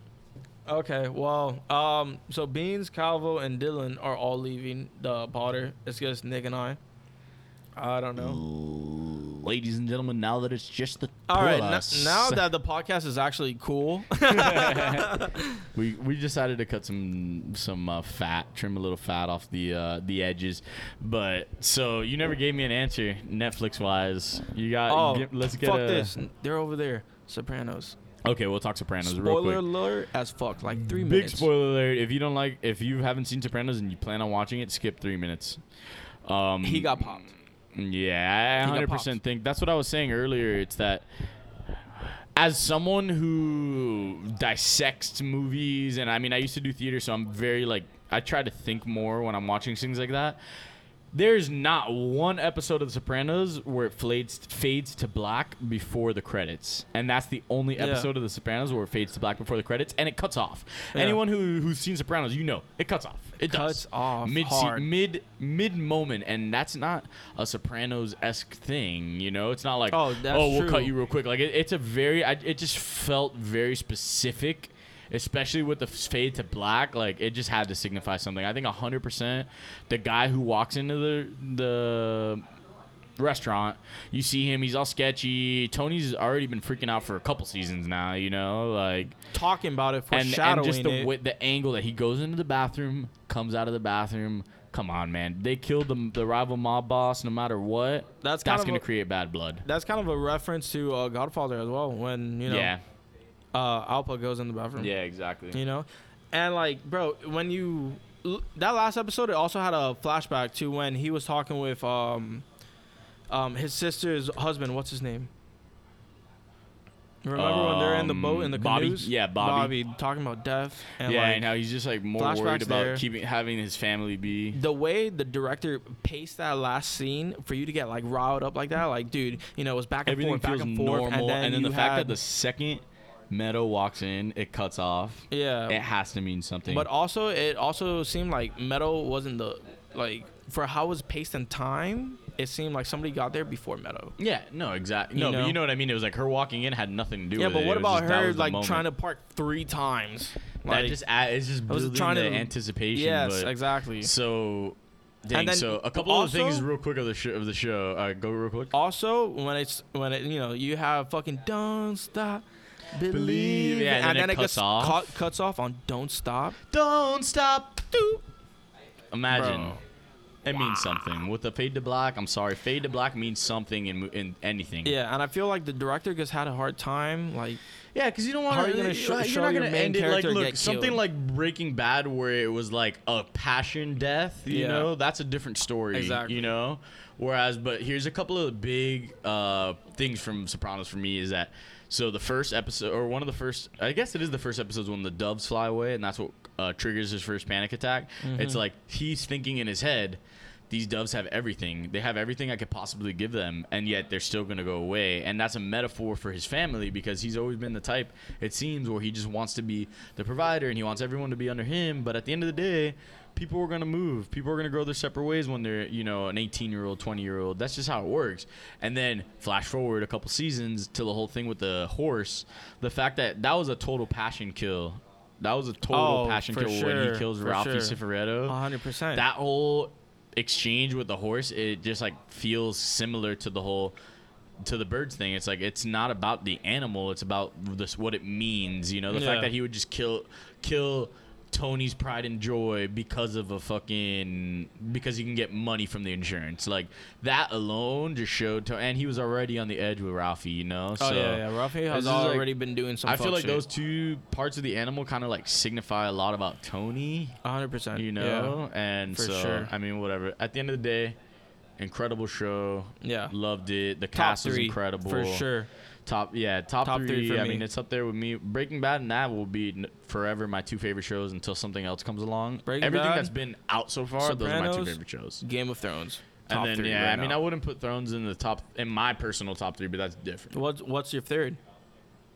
S1: Okay, well, um, so Beans, Calvo, and Dylan are all leaving the Potter. It's just Nick and I. I don't know.
S2: Ladies and gentlemen, now that it's just the
S1: All
S2: two
S1: right,
S2: of
S1: n-
S2: us,
S1: now that the podcast is actually cool,
S2: we we decided to cut some some uh, fat, trim a little fat off the uh, the edges, but so you never gave me an answer Netflix wise. You got
S1: oh,
S2: get- let's get
S1: fuck
S2: a,
S1: this. They're over there. Sopranos.
S2: Okay, we'll talk Sopranos real quick.
S1: Spoiler alert as fuck. Like three
S2: Big
S1: minutes.
S2: spoiler alert. If you don't like, if you haven't seen Sopranos and you plan on watching it, skip three minutes. Um,
S1: He got popped.
S2: Yeah, I
S1: He got
S2: hundred
S1: popped.
S2: percent think that's what I was saying earlier. It's that as someone who dissects movies, and I mean, I used to do theater, so I'm very like I try to think more when I'm watching things like that. There's not one episode of The Sopranos where it fades fades to black before the credits, and that's the only
S1: Yeah.
S2: episode of The Sopranos where it fades to black before the credits, and it cuts off. Anyone who who's seen Sopranos, you know, it cuts off. It
S1: Cuts
S2: does.
S1: off
S2: mid
S1: hard.
S2: mid mid moment, and that's not a Sopranos esque thing. You know, it's not like
S1: Oh, that's
S2: oh we'll
S1: true.
S2: cut you real quick. Like it, it's a very I, it just felt very specific. Especially with the fade to black, like it just had to signify something. I think hundred percent, the guy who walks into the the restaurant. You see him; he's all sketchy. Tony's already been freaking out for a couple seasons now. You know, like
S1: Talking about it,
S2: and,
S1: foreshadowing
S2: and just the
S1: it.
S2: wi- the angle that he goes into the bathroom, comes out of the bathroom. Come on, man! They killed the the rival mob boss. No matter what,
S1: That's kind
S2: that's
S1: of
S2: gonna
S1: a-
S2: create bad blood.
S1: That's kind of a reference to uh, Godfather as well. When you know,
S2: yeah,
S1: uh, Alpa goes in the bathroom.
S2: yeah, exactly.
S1: you know and like bro when you l- that last episode it also had a flashback to when he was talking with um um his sister's husband what's his name remember when they're in the boat in the
S2: Um, Bobby?
S1: canoes
S2: Yeah, Bobby.
S1: Bobby talking about death and
S2: yeah,
S1: like
S2: and how he's just like more worried
S1: flashbacks
S2: about
S1: there.
S2: keeping having his family be.
S1: the way the director paced that last scene for you to get like riled up like that like dude you know it was back and
S2: Everything
S1: forth back
S2: feels
S1: and forth
S2: normal,
S1: and then,
S2: the
S1: you
S2: fact that
S1: had-
S2: the second Meadow walks in, it cuts off.
S1: yeah
S2: It has to mean something.
S1: But also, it also seemed like metal wasn't the like for how it was paced in time. it seemed like somebody got there before Meadow.
S2: Yeah, no, exactly.
S1: You
S2: No, but
S1: know?
S2: you know what I mean. It was like her walking in had nothing to do
S1: Yeah,
S2: with
S1: but
S2: it.
S1: what
S2: It was
S1: about
S2: just- that
S1: her
S2: was the
S1: like
S2: moment.
S1: trying to park three times?
S2: that just add, it's just
S1: I was
S2: building
S1: trying
S2: the
S1: to-
S2: anticipation.
S1: yes,
S2: but-
S1: exactly.
S2: So, dang.
S1: then
S2: so a couple
S1: also-
S2: other things real quick of the show. Of the show. Uh, go real quick.
S1: Also, when it's when it you know you have fucking don't stop. Believe,
S2: Yeah, and then it cuts
S1: gets
S2: off.
S1: Cut, cuts off on "Don't Stop."
S2: Don't stop. Doop. Imagine.
S1: Bro.
S2: It means something. With the fade to black, I'm sorry. Fade to black means something in, mo- in anything.
S1: Yeah, and I feel like the director just had a hard time. Like,
S2: Yeah, because you don't
S1: How
S2: want
S1: are you
S2: to.
S1: gonna
S2: You're,
S1: sh-
S2: not-
S1: show
S2: you're not
S1: your
S2: gonna
S1: main
S2: end it like
S1: character
S2: look
S1: get
S2: something
S1: killed?
S2: like Breaking Bad, where it was like a passion death. You
S1: Yeah.
S2: know, that's a different story.
S1: Exactly.
S2: You know, whereas, but here's a couple of the big uh, things from Sopranos for me is that. So the first episode, or one of the first, I guess it is the first episode when the doves fly away, and that's what uh, triggers his first panic attack. It's like he's thinking in his head, these doves have everything. They have everything I could possibly give them, and yet they're still going to go away. And that's a metaphor for his family because he's always been the type, it seems, where he just wants to be the provider and he wants everyone to be under him. But at the end of the day, people are going to move. People are going to go their separate ways when they're, you know, an 18 year old, 20 year old. That's just how it works. And then flash forward a couple seasons to the whole thing with the horse. The fact that that was a total passion kill. That was a total
S1: Oh,
S2: passion
S1: for
S2: kill when
S1: sure,
S2: he kills
S1: for
S2: Ralphie
S1: sure.
S2: Cifaretto.
S1: 100%.
S2: That whole exchange with the horse, it just like feels similar to the whole to the birds thing. It's like it's not about the animal; it's about this what it means. You know, the
S1: Yeah.
S2: fact that he would just kill kill Tony's pride and joy because of a fucking because he can get money from the insurance. Like that alone just showed. To, and he was already on the edge with Ralphie. You know.
S1: oh
S2: so,
S1: yeah, yeah. Rafi
S2: this
S1: has
S2: is, like-
S1: already been doing some.
S2: I feel
S1: fuck
S2: like
S1: shit.
S2: those two parts of the animal kind of like signify a lot about Tony
S1: 100%.
S2: you
S1: Uh, yeah.
S2: know and
S1: for
S2: so
S1: sure.
S2: i mean whatever at the end of the day incredible show
S1: Yeah.
S2: loved it the
S1: top
S2: cast was
S1: three
S2: incredible
S1: for sure.
S2: top yeah top,
S1: Top
S2: three,
S1: three for
S2: i
S1: me.
S2: mean it's up there with me breaking bad and that will be n- forever my two favorite shows until something else comes along
S1: Breaking
S2: everything
S1: Bad,
S2: that's been out so far those are my
S1: Sopranos,
S2: two favorite shows
S1: Game of Thrones. Top
S2: and then
S1: three
S2: yeah
S1: right
S2: i mean
S1: now.
S2: i wouldn't put thrones in the top in my personal top three but that's different
S1: What's what's your third?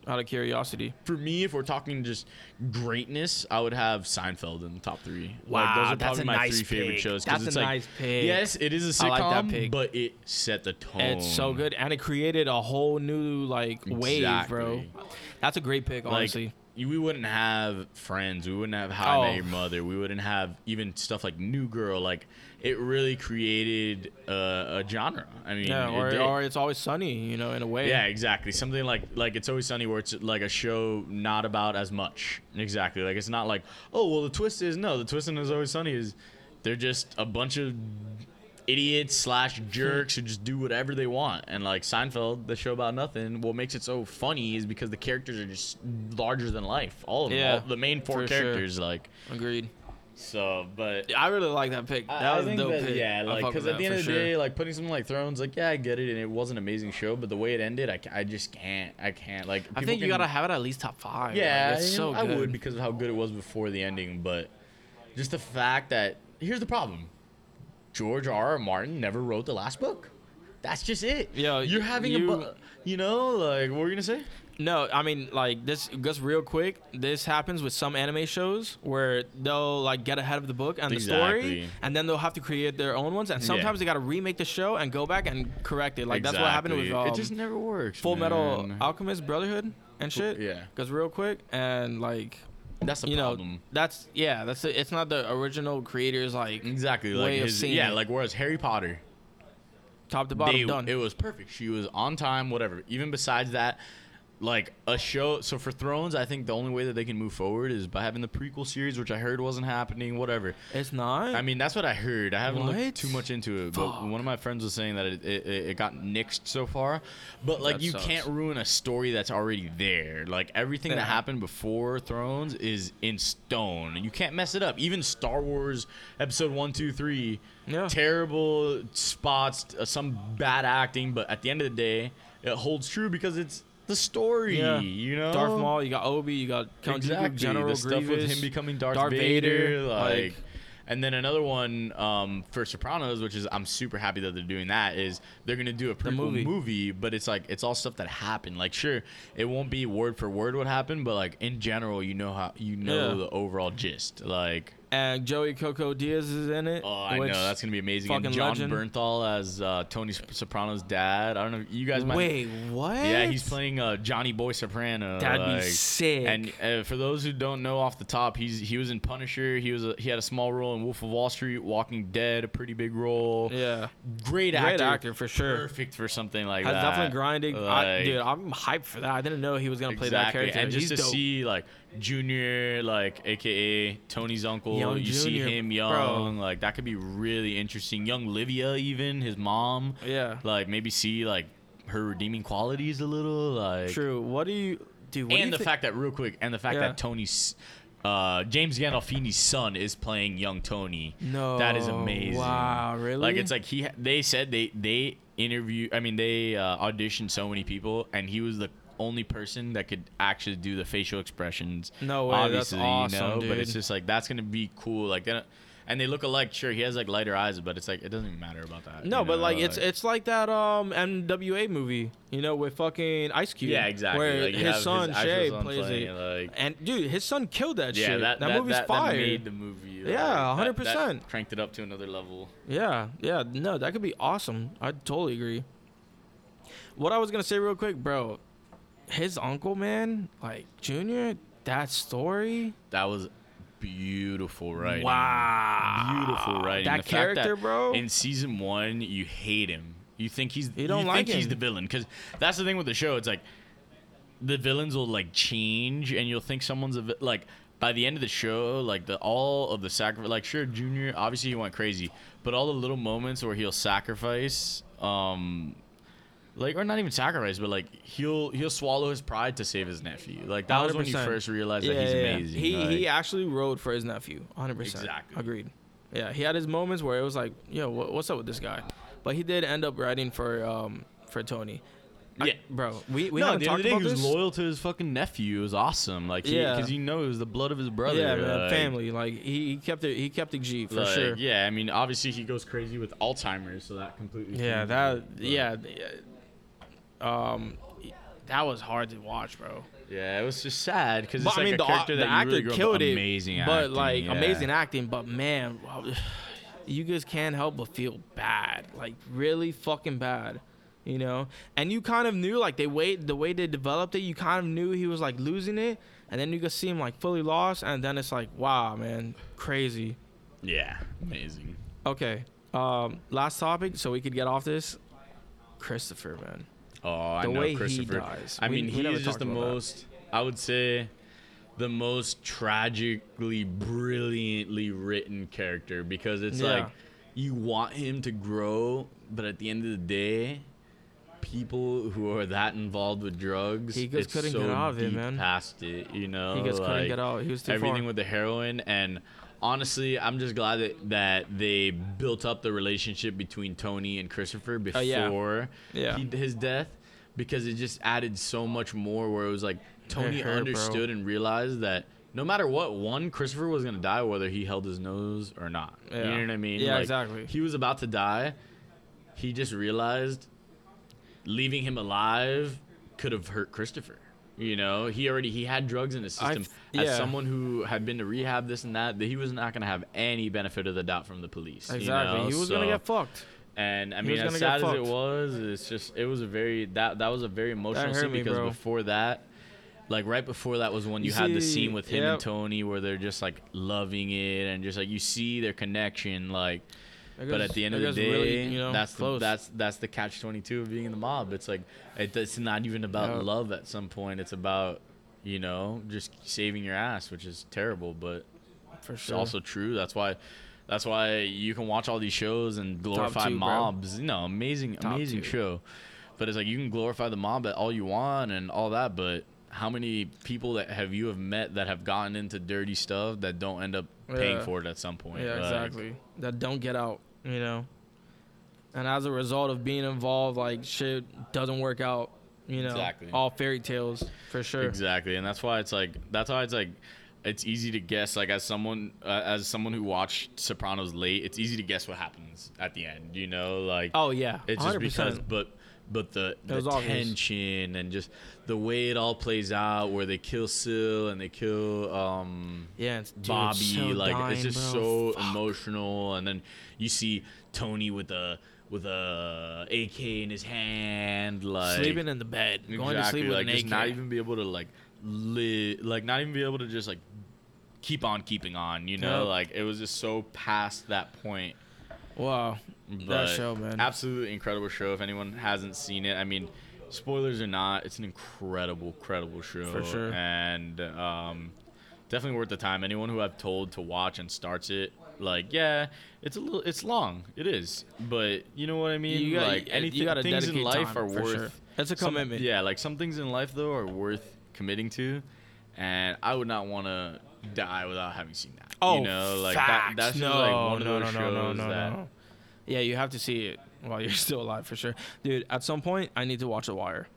S1: Out of curiosity.
S2: for me, if we're talking just greatness, I would have Seinfeld in the top three. like,
S1: Wow,
S2: those are
S1: that's
S2: probably
S1: a
S2: my
S1: nice
S2: three favorite
S1: pick.
S2: shows. 'cause
S1: That's
S2: it's
S1: a
S2: like,
S1: nice pick.
S2: Yes, it is a
S1: I
S2: sitcom,
S1: like that pick.
S2: but it set the tone.
S1: It's so good, and it created a whole new like wave, bro.
S2: Exactly.
S1: That's a great pick,
S2: Like,
S1: honestly.
S2: you- we wouldn't have Friends. We wouldn't have How I
S1: Oh.
S2: Met Your Mother. We wouldn't have even stuff like New Girl. Like, it really created uh, a genre. I mean,
S1: yeah,
S2: it
S1: or,
S2: did.
S1: or it's always sunny, you know, in a way.
S2: Yeah, exactly. Something like like it's always sunny where it's like a show not about as much. Exactly. Like it's not like oh well the twist is no the twist in is always sunny is they're just a bunch of idiots slash jerks who just do whatever they want and like Seinfeld the show about nothing what makes it so funny is because the characters are just larger than life all of them
S1: Yeah,
S2: all, the main four
S1: for sure.
S2: characters like
S1: agreed.
S2: so but
S1: I really like that pick.
S2: I-
S1: That
S2: I
S1: was a
S2: think
S1: dope
S2: that-
S1: pick.
S2: Yeah,
S1: I
S2: like
S1: fuck with
S2: because at
S1: that
S2: the end
S1: for
S2: of the
S1: sure.
S2: day, like putting something like Thrones, like yeah, I get it, and it was an amazing show, but the way it ended, I, ca- I just can't, I can't. Like
S1: I
S2: people
S1: think you
S2: can-
S1: gotta have it at least top five.
S2: Yeah,
S1: like, it's
S2: you know,
S1: so
S2: I
S1: good.
S2: would because of how good it was before the ending, but just the fact that here's the problem: George R. R. Martin never wrote the last book. That's just it.
S1: Yo,
S2: you're having
S1: you-
S2: a, bu- you know, like what were you gonna say?
S1: No, I mean like this. Just real quick, this happens with some anime shows where they'll like get ahead of the book and the
S2: Exactly.
S1: story, and then they'll have to create their own ones. And
S2: Yeah.
S1: sometimes they gotta remake the show and go back and correct it. Like that's what happened with
S2: Exactly.
S1: um,
S2: it just never works.
S1: Full Metal
S2: man.
S1: Alchemist Brotherhood and shit.
S2: yeah.
S1: Because real quick and like
S2: That's the
S1: you
S2: problem.
S1: know that's yeah that's the it's not the original creators like
S2: Exactly, like
S1: way of
S2: his,
S1: seeing
S2: yeah,
S1: it.
S2: like whereas Harry Potter,
S1: top to bottom
S2: they-
S1: done.
S2: It was perfect. She was on time, whatever. Even besides that, like a show. So for Thrones, I think the only way that they can move forward is by having the prequel series, which I heard wasn't happening. Whatever.
S1: it's not.
S2: I mean, that's what I heard. I haven't
S1: What?
S2: looked too much into it, but one of my friends was saying that it, it, it it got nixed so far. But like,
S1: That
S2: you
S1: sucks.
S2: can't ruin a story that's already there. Like everything
S1: Yeah.
S2: that happened before Thrones is in stone. You can't mess it up. Even Star Wars Episode One, Two, Three.
S1: Yeah.
S2: Terrible spots, uh, some bad acting, but at the end of the day, it holds true because it's the story.
S1: Yeah.
S2: You know,
S1: Darth Maul, you got Obi, you got Count Dooku,
S2: exactly.
S1: General
S2: the stuff
S1: Grievous,
S2: with him becoming Darth, Vader, like, and then another one um, for Sopranos, which is I'm super happy that they're doing that. Is they're gonna do a prequel
S1: movie.
S2: movie. but it's like it's all stuff that happened. Like sure, it won't be word for word what happened, but like in general, you know how you know
S1: Yeah.
S2: the overall gist. Like
S1: and Joey Coco Diaz is in it.
S2: Oh, I
S1: which-
S2: know that's gonna be amazing. And
S1: fucking
S2: John
S1: legend.
S2: Bernthal as uh, Tony Sop- Soprano's dad. I don't know. You guys might.
S1: Wait, what?
S2: Yeah, he's playing uh, Johnny Boy Soprano.
S1: That'd be
S2: like-
S1: sick.
S2: And uh, for those who don't know off the top, he's he was in Punisher. He was a, he had a small role in Wolf of Wall Street, Walking Dead, a pretty big role.
S1: Yeah.
S2: Great actor.
S1: Great actor for sure.
S2: Perfect for something like
S1: Has
S2: that.
S1: definitely grinding. I,
S2: Like,
S1: dude, I'm hyped for that. I didn't know he was gonna play that
S2: exactly.
S1: character.
S2: And just
S1: he's
S2: to
S1: dope.
S2: see like Junior, like AKA Tony's uncle,
S1: Young
S2: you
S1: Junior,
S2: see him young, like that could be really interesting. Young Livia, even his mom,
S1: yeah,
S2: like maybe see like her redeeming qualities a little, like
S1: true. What do you, dude? What do you
S2: and the
S1: thi-
S2: fact that real quick, and the fact
S1: Yeah.
S2: that Tony's. Uh, James Gandolfini's son is playing young Tony. that is
S1: No,
S2: amazing.
S1: wow, really?
S2: Like it's like he. ha- They said they they interview. I mean, they uh, auditioned so many people, and he was the only person that could actually do the facial expressions.
S1: No way, that's awesome,
S2: But it's
S1: dude.
S2: just like that's gonna be cool. Like, they don't- and they look alike. Sure, he has like lighter eyes, but it's like it doesn't even matter about that.
S1: No,
S2: you
S1: but
S2: know?
S1: like it's it's like that um NWA movie, you know, with fucking Ice Cube.
S2: yeah, exactly.
S1: Where
S2: Like, you have
S1: his son
S2: actual
S1: Shay
S2: son
S1: plays
S2: playing
S1: it,
S2: Like,
S1: and dude, his son killed that
S2: yeah,
S1: shit.
S2: that, that,
S1: movie's
S2: that,
S1: fire.
S2: That made the movie. like,
S1: Yeah,
S2: that-
S1: 100%.
S2: that Cranked it up to another level.
S1: Yeah, yeah, no, that could be awesome. I totally agree. What I was gonna say real quick, bro, his uncle, man, like Junior, that story.
S2: That was beautiful writing.
S1: Wow,
S2: Beautiful writing.
S1: That
S2: The fact
S1: character, bro.
S2: In season one, you hate him. You think he's you,
S1: don't
S2: think
S1: like
S2: he's
S1: him.
S2: the villain because that's the thing with the show. It's like the villains will like change, and you'll think someone's a vi- like by the end of the show, like the all of the sacrifice. Like sure, Junior obviously he went crazy, but all the little moments where he'll sacrifice, um, like or not even sacrifice, but like he'll he'll swallow his pride to save his nephew. Like that was when you
S1: 100%.
S2: first realized
S1: yeah,
S2: that he's
S1: yeah, yeah.
S2: amazing.
S1: He
S2: like-
S1: he actually rode for his nephew, 100. percent
S2: Exactly.
S1: Agreed. Yeah, he had his moments where it was like, yo, what, what's up with this guy? But he did end up riding for um for Tony. I-
S2: Yeah.
S1: bro, we we
S2: no, at
S1: haven't
S2: the end
S1: talked
S2: of the day,
S1: about
S2: he was
S1: this.
S2: loyal to his fucking nephew. It was awesome. Like, yeah,
S1: Yeah.
S2: because you know it was the blood of his brother.
S1: yeah, man,
S2: like-
S1: family. Like he, he kept it. He kept it G for
S2: like,
S1: sure.
S2: Yeah, I mean, obviously he goes crazy with Alzheimer's, so that completely.
S1: Yeah,
S2: changed
S1: that.
S2: it, but-
S1: Yeah, th- yeah, um, that was hard to watch, bro.
S2: Yeah, it was just sad because
S1: But
S2: it's
S1: I
S2: like
S1: mean,
S2: a
S1: the,
S2: character
S1: the
S2: that you
S1: actor
S2: really grew up-
S1: killed it,
S2: amazing
S1: but
S2: acting,
S1: like
S2: yeah.
S1: amazing acting. But man, wow, you just can't help but feel bad, like really fucking bad, you know. And you kind of knew, like they wait, the way they developed it, you kind of knew he was like losing it, and then you could see him like fully lost, and then it's like, wow, man, crazy.
S2: Yeah, amazing.
S1: Okay, um, last topic, so we could get off this. Christopher, man.
S2: Oh, I
S1: The
S2: know
S1: way he
S2: Christopher.
S1: dies.
S2: I
S1: We-
S2: mean,
S1: we
S2: he
S1: never
S2: is just
S1: talked
S2: the
S1: about that.
S2: most. I would say, the most tragically, brilliantly written character because it's
S1: Yeah.
S2: like you want him to grow, but at the end of the day, people who are that involved with drugs,
S1: He just
S2: it's
S1: couldn't
S2: so
S1: get out of it,
S2: deep
S1: man.
S2: Past it, you know.
S1: He just couldn't
S2: Oh, like,
S1: get out. He was too
S2: everything
S1: far.
S2: with the heroin and honestly i'm just glad that, that they built up the relationship between tony and christopher before
S1: Oh, yeah. Yeah.
S2: he, his death because it just added so much more where it was like tony
S1: hurt, bro.
S2: understood and realized that no matter what one christopher was gonna die whether he held his nose or not you
S1: Yeah.
S2: know what i mean
S1: Yeah,
S2: Like,
S1: exactly.
S2: he was about to die he just realized leaving him alive could have hurt Christopher. You know, he already he had drugs in his
S1: I've-
S2: system.
S1: yeah.
S2: As someone who had been to rehab, this and that, that he was not going to have any benefit of the doubt from the police. you
S1: Exactly.
S2: know?
S1: He was gonna
S2: So-
S1: get fucked.
S2: and I
S1: He
S2: mean,
S1: was
S2: as
S1: gonna get
S2: sad as it
S1: fucked.
S2: was, it's just it was a very that that was a very emotional
S1: hurt
S2: scene
S1: me,
S2: because
S1: bro.
S2: before that, like right before that was when
S1: You
S2: you, had the
S1: see-
S2: scene with him
S1: yep.
S2: and Tony where they're just like loving it and just like you see their connection, like.
S1: It
S2: But
S1: goes-
S2: at the end
S1: it
S2: of the
S1: goes
S2: day,
S1: really, you know,
S2: that's the,
S1: close.
S2: that's that's the catch twenty two of being in the mob. It's like it, it's not even about
S1: Yeah.
S2: love at some point. It's about you know just saving your ass, which is terrible, but
S1: for
S2: it's
S1: sure.
S2: also true. That's why that's why you can watch all these shows and glorify
S1: two, bro.
S2: mobs. No, amazing,
S1: Top
S2: amazing
S1: two.
S2: show. But it's like you can glorify the mob at all you want and all that, but how many people that have you have met that have gotten into dirty stuff that don't end up paying
S1: Yeah.
S2: for it at some point?
S1: Yeah,
S2: Like,
S1: exactly. That don't get out, you know. And as a result of being involved, like shit doesn't work out, you know.
S2: Exactly.
S1: All fairy tales for sure.
S2: Exactly, and that's why it's like that's why it's like it's easy to guess. Like as someone uh, as someone who watched Sopranos late, it's easy to guess what happens at the end. You know, like
S1: Oh yeah.
S2: it's just because.
S1: 100%.
S2: But but the, the
S1: was obvious.
S2: tension and just the way it all plays out, where they kill Sil and they kill um,
S1: Yeah, it's, dude, it's
S2: Bobby.
S1: so
S2: like
S1: dying,
S2: it's just
S1: bro.
S2: so
S1: Fuck.
S2: emotional, and then you see Tony with a with a AK in his hand, like
S1: sleeping in the bed, going to
S2: Exactly,
S1: sleep with
S2: like
S1: an
S2: just
S1: AK.
S2: not even be able to like live, like not even be able to just like keep on keeping on. You know,
S1: Yep.
S2: like it was just so past that point.
S1: wow,
S2: But
S1: that show, man.
S2: Absolutely incredible show. If anyone hasn't seen it, I mean, spoilers or not, it's an incredible, incredible show.
S1: For sure.
S2: And um, definitely worth the time. Anyone who I've told to watch and starts it, like, yeah, it's a little, it's long. It is. But you know what I mean?
S1: you gotta,
S2: like,
S1: you
S2: anything,
S1: gotta
S2: things in
S1: dedicate
S2: life
S1: time,
S2: are
S1: for
S2: worth.
S1: sure. That's a
S2: some-
S1: commitment.
S2: yeah, like some things in life though are worth committing to, and I would not want to die without having seen that.
S1: Oh,
S2: you know, like
S1: facts.
S2: that, that's
S1: no,
S2: just like one
S1: no,
S2: of those
S1: no,
S2: shows
S1: no, no, no,
S2: that
S1: no. Yeah, you have to see it while you're still alive for sure, dude. At some point, I need to watch The Wire.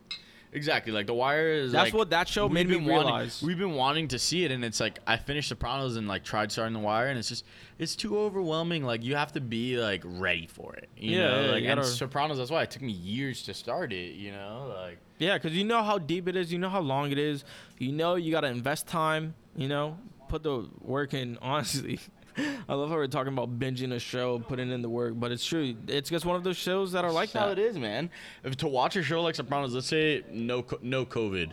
S2: Exactly, like The Wire is.
S1: That's
S2: like,
S1: what that show
S2: we've
S1: made me
S2: been wanting-
S1: realize.
S2: we've been wanting to see it, and it's like I finished Sopranos and like tried starting The Wire, and it's just it's too overwhelming. Like you have to be like ready for it. You
S1: Yeah,
S2: know?
S1: yeah,
S2: like
S1: you
S2: and
S1: gotta-
S2: Sopranos. That's why it took me years to start it. You know, like
S1: Yeah, because you know how deep it is, you know how long it is, you know you gotta invest time, you know, put the work in. Honestly, I love how we're talking about binging a show, putting in the work, but it's true. It's just one of those shows that are like
S2: that's how
S1: that.
S2: it is, man. If to watch a show like Sopranos, let's say no co- no COVID,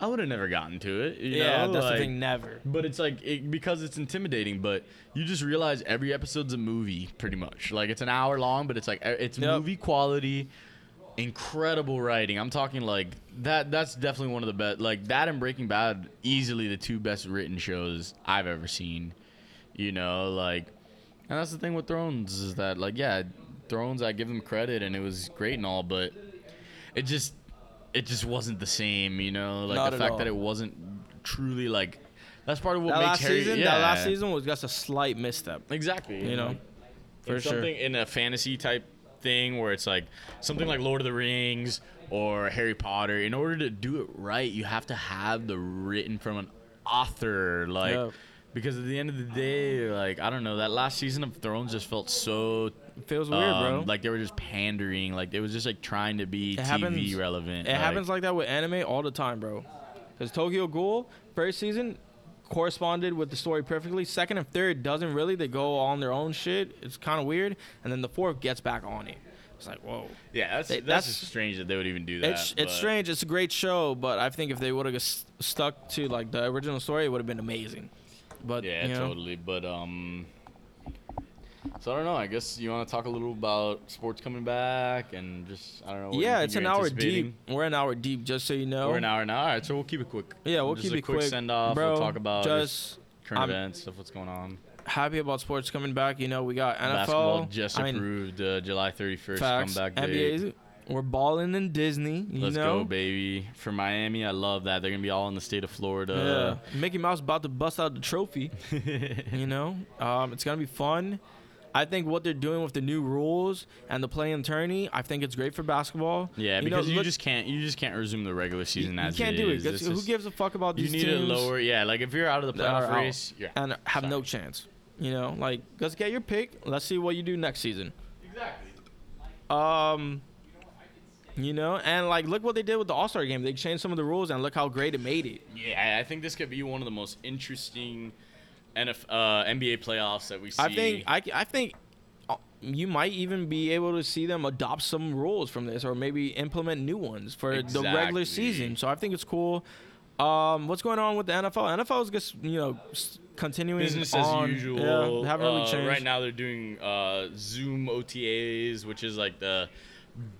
S2: I would have never gotten to it. you
S1: Yeah,
S2: know,
S1: that's
S2: like-
S1: the thing. Never.
S2: But it's like it, because it's intimidating, but you just realize every episode's a movie, pretty much. Like it's an hour long, but it's like eh, it's
S1: Yep.
S2: movie quality, incredible writing. I'm talking like that. That's definitely one of the best. Like that and Breaking Bad, easily the two best written shows I've ever seen. You know, like, and that's the thing with Thrones is that like yeah, Thrones I give them credit and it was great and all, but it just it just wasn't the same. You know, like
S1: Not
S2: the
S1: at
S2: fact
S1: all.
S2: that it wasn't truly like. That's part of what
S1: That
S2: makes
S1: last
S2: Harry.
S1: season,
S2: yeah,
S1: that last season was just a slight misstep.
S2: Exactly.
S1: You know, for
S2: for
S1: sure.
S2: something in a fantasy type thing where it's like something like Lord of the Rings or Harry Potter. In order to do it right, you have to have the written from an author, like.
S1: Yeah.
S2: Because at the end of the day, like I don't know, that last season of Thrones just felt so
S1: feels weird,
S2: um,
S1: bro.
S2: Like they were just pandering, like it was just like trying to be
S1: It
S2: TV
S1: happens-
S2: relevant.
S1: It happens like that with anime all the time, bro. Because Tokyo Ghoul first season corresponded with the story perfectly. Second and third doesn't really. They go on their own shit. It's kind of weird. And then the fourth gets back on it. It's like whoa.
S2: yeah, that's,
S1: They-
S2: that's
S1: that's-
S2: just strange that they would even do that.
S1: It's
S2: but-
S1: it's strange. It's a great show, but I think if they would have just stuck to like the original story, it would have been amazing. But
S2: Yeah,
S1: you know,
S2: totally. But um, so I don't know. I guess you want to talk a little about sports coming back and just I don't know. what you
S1: Yeah,
S2: think
S1: it's
S2: you're
S1: an hour
S2: anticipating.
S1: deep. We're an hour deep, just so you know.
S2: We're an hour now. All right, so we'll keep it quick.
S1: Yeah, we'll
S2: Just
S1: keep
S2: a
S1: it quick.
S2: Send off.
S1: Bro,
S2: we'll talk about just
S1: just
S2: current
S1: I'm-
S2: events, stuff what's going on.
S1: happy about sports coming back. You know, we got NFL.
S2: Basketball just
S1: I mean,
S2: approved uh, July 31st
S1: Facts.
S2: comeback date.
S1: NBA, we're balling in Disney. You
S2: Let's
S1: know?
S2: go, baby. For Miami, I love that. They're gonna be all in the state of
S1: Yeah.
S2: Florida.
S1: Mickey Mouse about to bust out the trophy. you know, um, it's gonna be fun. I think what they're doing with the new rules and the play in tourney, I think it's great for basketball.
S2: Yeah,
S1: know,
S2: because you,
S1: look-
S2: just can't you just can't resume the regular
S1: you,
S2: season
S1: you
S2: as
S1: can't
S2: it
S1: do it.
S2: is.
S1: 'cause
S2: It's
S1: Who
S2: just-
S1: gives a fuck about
S2: You
S1: these
S2: need a
S1: teams?
S2: lower, yeah. Like if you're out of the
S1: that are
S2: playoff
S1: out
S2: race, yeah.
S1: and have no
S2: Sorry.
S1: chance. You know, like let's get your pick. Let's see what you do next season. Exactly. Um, you know, and like look what they did with the All Star game. They changed some of the rules, and look how great it made it.
S2: Yeah, I think this could be one of the most interesting NF, uh, NBA playoffs that we see.
S1: I think I, I think uh, you might even be able to see them adopt some rules from this, or maybe implement new ones for the regular
S2: Exactly.
S1: season. So I think it's cool. Um, what's going on with the NFL? NFL is just you know s- continuing
S2: business
S1: on.
S2: as usual.
S1: Yeah, they haven't really
S2: Uh,
S1: changed.
S2: Right now, they're doing uh, Zoom OTAs, which is like the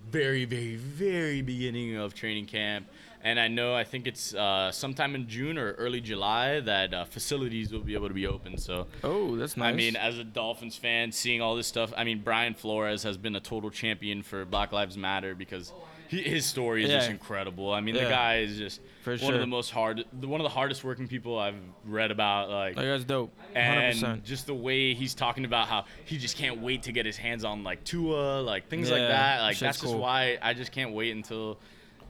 S2: very, very, very beginning of training camp. And I know, I think it's uh, sometime in June or early July that uh, facilities will be able to be open. So
S1: Oh, that's nice.
S2: I mean, as a Dolphins fan, seeing all this stuff, I mean, Brian Flores has been a total champion for Black Lives Matter because he, his story is just
S1: Yeah.
S2: incredible. I mean,
S1: Yeah.
S2: the guy is just
S1: For
S2: one
S1: sure.
S2: of the most hard, one of the hardest working people I've read about. Like,
S1: Like, that's dope. 100%.
S2: and just the way he's talking about how he just can't wait to get his hands on like Tua, like things like
S1: Yeah,
S2: that. Like
S1: shit's
S2: that's just
S1: cool.
S2: why I just can't wait until.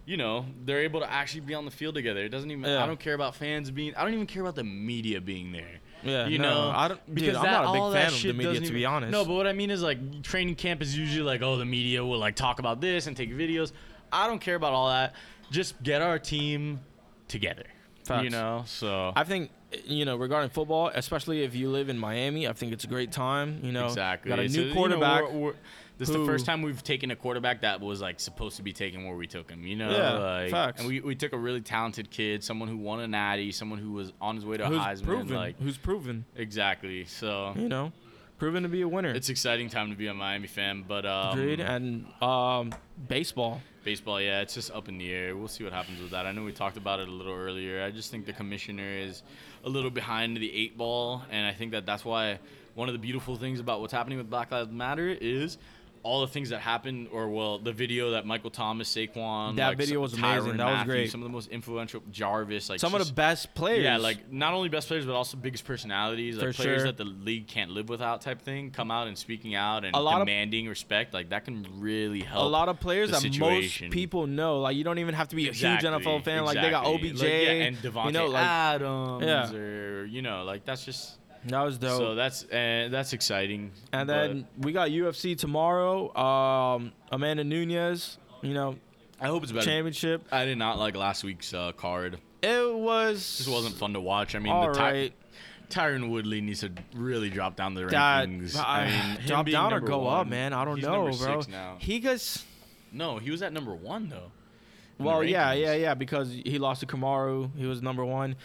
S2: You know, they're able to actually be on the field together. It doesn't even.
S1: Yeah.
S2: I don't care about fans being. I don't even care about the media being there.
S1: Yeah,
S2: you
S1: no,
S2: know,
S1: I don't- dude, I'm not a big
S2: all that
S1: fan of the
S2: shit
S1: media,
S2: doesn't
S1: to be honest.
S2: No, but what I mean is like training camp is usually like, oh, the media will like talk about this and take videos. I don't care about all that. Just get our team together. You
S1: Facts.
S2: know, so
S1: I think you know regarding football, especially if you live in Miami, I think it's a great time. You know,
S2: exactly.
S1: got a
S2: It's
S1: new
S2: you know,
S1: quarterback.
S2: we're- we're- this is the
S1: who-
S2: first time we've taken a quarterback that was like supposed to be taken where we took him. You know,
S1: Yeah,
S2: like,
S1: facts.
S2: And we, we took a really talented kid, someone who won a natty, someone who was on his way to
S1: who's
S2: Heisman.
S1: proven?
S2: Like
S1: who's proven?
S2: exactly. So
S1: You know, proven to be a winner.
S2: it's exciting time to be a Miami fan, but um,
S1: Agreed. and um, baseball.
S2: Baseball, yeah, it's just up in the air. We'll see what happens with that. I know we talked about it a little earlier. I just think the commissioner is a little behind the eight ball, and I think that that's why one of the beautiful things about what's happening with Black Lives Matter is all the things that happened, or well, the video that Michael Thomas, Saquon,
S1: That
S2: like,
S1: video was amazing.
S2: Tyrann
S1: That was
S2: Mathieu,
S1: great.
S2: Some of the most influential, Jarvis, like
S1: Some of
S2: just-
S1: the best players.
S2: yeah, like not only best players, but also biggest personalities, like
S1: For
S2: players
S1: sure.
S2: that the league can't live without, type thing. Come out and speaking out and
S1: A lot of-
S2: demanding respect, like that can really
S1: a
S2: help.
S1: lot of players
S2: uh, the
S1: that
S2: situation.
S1: most people know. Like you don't even have to be a huge NFL fan. Like they got
S2: exactly.
S1: OBJ
S2: Like, yeah, and Devontae
S1: You know, like
S2: Adams,
S1: Yeah.
S2: or you know, like that's just
S1: that was dope.
S2: so that's uh, that's exciting. but-
S1: And then we got UFC tomorrow. Um, Amanda Nunez, you know,
S2: I hope it's better.
S1: championship.
S2: I did not like last week's uh, card.
S1: It was
S2: This wasn't fun to watch. I mean,
S1: all
S2: the Ty-
S1: right.
S2: Tyron Woodley needs to really drop down the
S1: That-
S2: rankings.
S1: I-
S2: mean, him
S1: drop
S2: being
S1: down or
S2: number
S1: go up,
S2: one-
S1: man. I don't
S2: he's
S1: know,
S2: number
S1: bro.
S2: six now.
S1: He gets
S2: No, he was at number one though. in the
S1: well, yeah, yeah,
S2: rankings.
S1: yeah, because he lost to Kamaru. He was number one.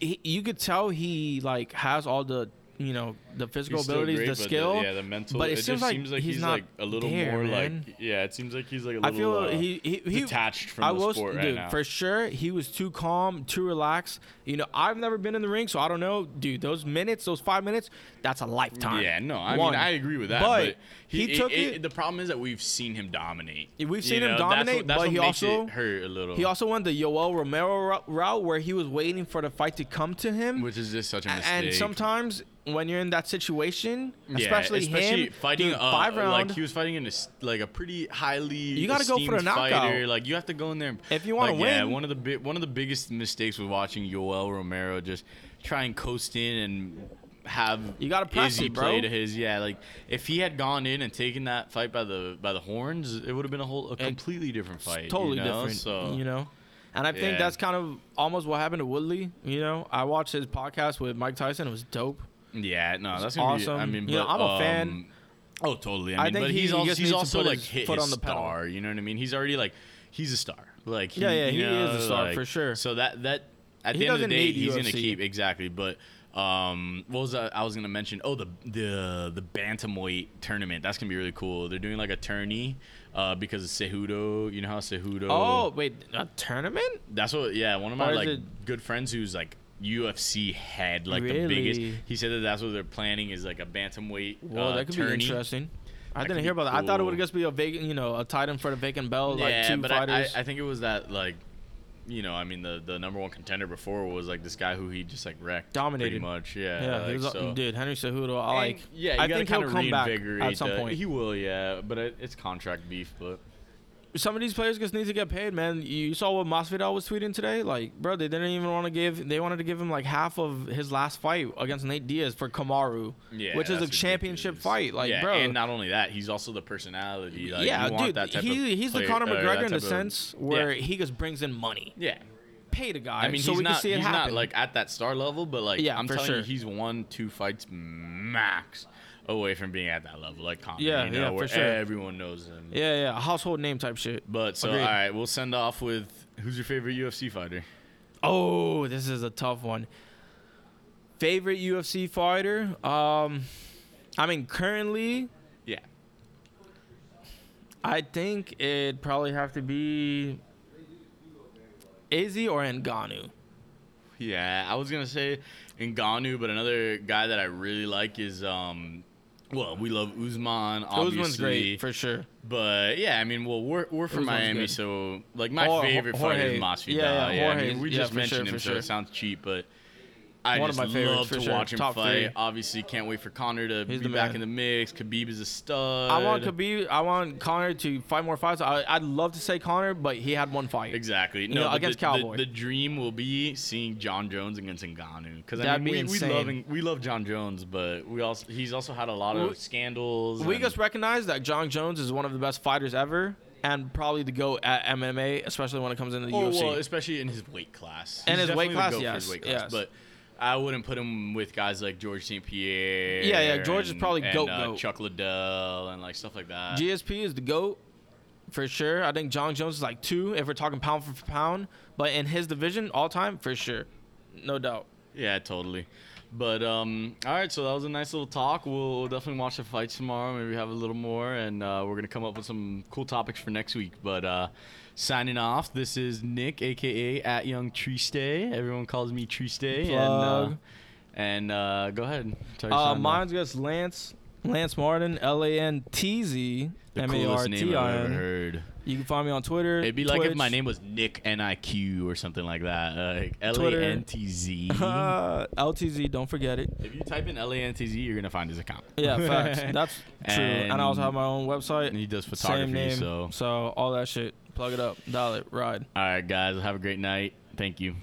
S1: He, you could tell he like has all the you know the physical
S2: He's still
S1: abilities,
S2: great,
S1: the
S2: but
S1: skill.
S2: yeah, the mental.
S1: but it
S2: it,
S1: seems
S2: just
S1: like
S2: seems like
S1: he's
S2: he's,
S1: not
S2: like a little
S1: there,
S2: more
S1: man.
S2: like yeah. It seems like he's like a
S1: I
S2: little. uh,
S1: feel he, he he
S2: detached from
S1: I
S2: the
S1: will s-
S2: sport right
S1: dude,
S2: now.
S1: For sure, he was too calm, too relaxed. You know, I've never been in the ring, so I don't know, dude. Those minutes, those five minutes, that's a lifetime.
S2: Yeah, no, I
S1: One.
S2: mean I agree with that.
S1: But
S2: But,
S1: he took it-
S2: The problem is that we've seen him dominate.
S1: Yeah, we've
S2: You
S1: seen him
S2: know, that's what-
S1: dominate,
S2: that's
S1: but
S2: what
S1: he
S2: makes
S1: also-
S2: it hurt a little.
S1: He also won the Yoel Romero ro- route where he was waiting for the fight to come to him.
S2: which is just such a
S1: A-
S2: mistake.
S1: and sometimes when you're in that situation,
S2: Yeah,
S1: especially, him,
S2: fighting
S1: dude,
S2: uh,
S1: five round.
S2: like he was fighting in a, s- like a pretty highly
S1: You gotta go for the
S2: esteemed
S1: knockout.
S2: fighter. Like you have to go in there and-
S1: If you wanna
S2: like, Yeah,
S1: win.
S2: one of the bi- one of the biggest mistakes was watching Yoel Romero just try and coast in and have
S1: You gotta press
S2: Izzy
S1: it, bro.
S2: play to his yeah. Like if he had gone in and taken that fight by the by the horns, it would have been a whole a completely different fight.
S1: It's totally
S2: you know?
S1: different.
S2: So
S1: You know, and I think
S2: Yeah.
S1: that's kind of almost what happened to Woodley. You know, I watched his podcast with Mike Tyson. It was dope.
S2: Yeah, no, that's
S1: It's
S2: gonna Be, I
S1: awesome.
S2: mean,
S1: You know,
S2: but,
S1: I'm a fan.
S2: um, Oh, totally. I,
S1: I
S2: mean,
S1: think
S2: but
S1: he-
S2: he's
S1: he
S2: also
S1: just
S2: he's
S1: needs to
S2: also
S1: put
S2: like
S1: his
S2: hit
S1: foot
S2: his
S1: on the pedal.
S2: star. You know what I mean? He's already like he's a star. Like he,
S1: Yeah, yeah,
S2: you
S1: he is a
S2: know,
S1: star,
S2: like-
S1: for sure.
S2: So that that at
S1: He
S2: the end of the
S1: doesn't
S2: day,
S1: need
S2: he's gonna
S1: UFC.
S2: keep exactly. But um, what was that? I was gonna mention? Oh, the the the bantamweight tournament. That's gonna be really cool. They're doing like a tourney. Uh, because of Cejudo, you know how Cejudo.
S1: Oh wait, a tournament?
S2: That's what, yeah. One of my
S1: Or is
S2: like
S1: it-
S2: good friends who's like UFC head, like the
S1: Really?
S2: biggest. He said that that's what they're planning is like a bantamweight.
S1: Well,
S2: uh,
S1: that could
S2: tourney.
S1: be interesting.
S2: That
S1: I
S2: could
S1: didn't hear
S2: be
S1: about that. I thought it
S2: cool.
S1: would just be a vacant, you know, a titan for the vacant belt, like
S2: yeah,
S1: two
S2: but I-
S1: fighters.
S2: I, I think it was that like, you know, I mean the the number one contender before was like this guy who he just like wrecked,
S1: Dominated.
S2: pretty much. Yeah,
S1: yeah,
S2: like,
S1: he was,
S2: so.
S1: dude, Henry Cejudo. I
S2: And,
S1: like.
S2: yeah, you
S1: I
S2: gotta
S1: think he'll
S2: kinda
S1: come back at
S2: reinvigorate
S1: some
S2: the-
S1: point.
S2: He will, yeah, but it, it's contract beef. But
S1: some of these players just need to get paid, man. You saw what Masvidal was tweeting today, like, bro, they didn't even want to give. They wanted to give him like half of his last fight against Nate Diaz for Kamaru,
S2: yeah,
S1: which is a
S2: that's
S1: championship
S2: ridiculous.
S1: fight, like,
S2: yeah,
S1: bro.
S2: And not only that, he's also the personality. Like,
S1: yeah,
S2: you want
S1: dude,
S2: that type
S1: he,
S2: of
S1: he's
S2: player-
S1: the Conor
S2: or that
S1: McGregor in the
S2: type of-
S1: sense where he just brings in money,
S2: yeah,
S1: pay the guy,
S2: I mean,
S1: so
S2: he's
S1: we
S2: not
S1: can see it
S2: he's
S1: happen.
S2: not like at that star level, but like
S1: Yeah,
S2: I'm
S1: for
S2: telling
S1: sure.
S2: you, he's one two fights max away from being at that level, like Conor.
S1: Yeah,
S2: you know,
S1: yeah,
S2: where
S1: for sure.
S2: everyone knows him.
S1: yeah, yeah, household name type shit.
S2: But so
S1: Agreed.
S2: all right, we'll send off with who's your favorite UFC fighter?
S1: Oh, this is a tough one. Favorite UFC fighter? Um, I mean, currently,
S2: Yeah,
S1: I think it'd probably have to be Izzy or Ngannou.
S2: yeah. I was gonna say Ngannou, but another guy that I really like is um. Well, we love Usman. Obviously.
S1: Usman's great for sure.
S2: But yeah, I mean, well, we're we're from
S1: Usman's
S2: Miami,
S1: good.
S2: so like my
S1: Or Ho-
S2: favorite fighter is
S1: Jorge.
S2: Masvidal.
S1: Yeah, yeah,
S2: Yeah, I mean,
S1: Jorge.
S2: we
S1: Yeah,
S2: just
S1: for sure,
S2: mentioned him,
S1: for
S2: so
S1: sure.
S2: it sounds cheap, but I
S1: One of
S2: just
S1: my favorites,
S2: love
S1: for
S2: to
S1: sure.
S2: watch him
S1: Top
S2: fight.
S1: three.
S2: Obviously, can't wait for Connor to
S1: He's
S2: be
S1: the
S2: back in
S1: man.
S2: the mix. Khabib is a stud.
S1: I want Khabib. I want Connor to fight more fights. I, I'd love to say Connor, but he had one fight.
S2: Exactly.
S1: know,
S2: No, but
S1: against
S2: the, the-
S1: Cowboy.
S2: The, dream will be seeing John Jones against Ngannou because I
S1: That'd
S2: mean,
S1: be
S2: we, we love
S1: insane.
S2: we love John Jones, but we also he's also had a lot
S1: We-
S2: of scandals.
S1: We
S2: and-
S1: just recognize that John Jones is one of the best fighters ever. and probably the goat at MMA, especially when it comes into the
S2: Oh,
S1: UFC.
S2: well, especially in his weight class.
S1: And
S2: He's
S1: his
S2: definitely
S1: weight
S2: the
S1: class,
S2: goat for his
S1: yes,
S2: weight class,
S1: yes.
S2: But I wouldn't put him with guys like George St. Pierre.
S1: Yeah, yeah, George is
S2: and-
S1: probably
S2: and,
S1: goat,
S2: uh,
S1: goat.
S2: Chuck Liddell and like stuff like that.
S1: GSP is the GOAT for sure. I think John Jones is like two if we're talking pound for pound. But in his division, all time, for sure. No doubt.
S2: yeah, totally. But um, all right, so that was a nice little talk. We'll definitely watch the fights tomorrow. Maybe have a little more, and uh, we're gonna come up with some cool topics for next week. But uh, signing off. This is Nick, aka at Young Triste. Everyone calls me Triste, and uh,
S1: Plug.
S2: and uh, go ahead. Tell your
S1: Uh,
S2: sign off.
S1: mine's just Lance. Lance Martin, L A N T Z
S2: The
S1: M A R
S2: coolest name
S1: T
S2: I've
S1: I
S2: ever
S1: N.
S2: heard.
S1: You can find me on Twitter.
S2: It'd be like if my
S1: Twitch.
S2: name was Nick N I Q or something like that. Like L A
S1: Twitter.
S2: N T Z.
S1: Uh, LTZ, don't forget it.
S2: If you type in L A N T Z, you're gonna find his account.
S1: Yeah, facts. That's true. And, I also
S2: And-
S1: have my own
S2: And
S1: website.
S2: he does
S1: Same
S2: photography,
S1: name.
S2: so.
S1: So all that shit. Plug it up. Dial it. Ride.
S2: All right, guys, have a great night. Thank you.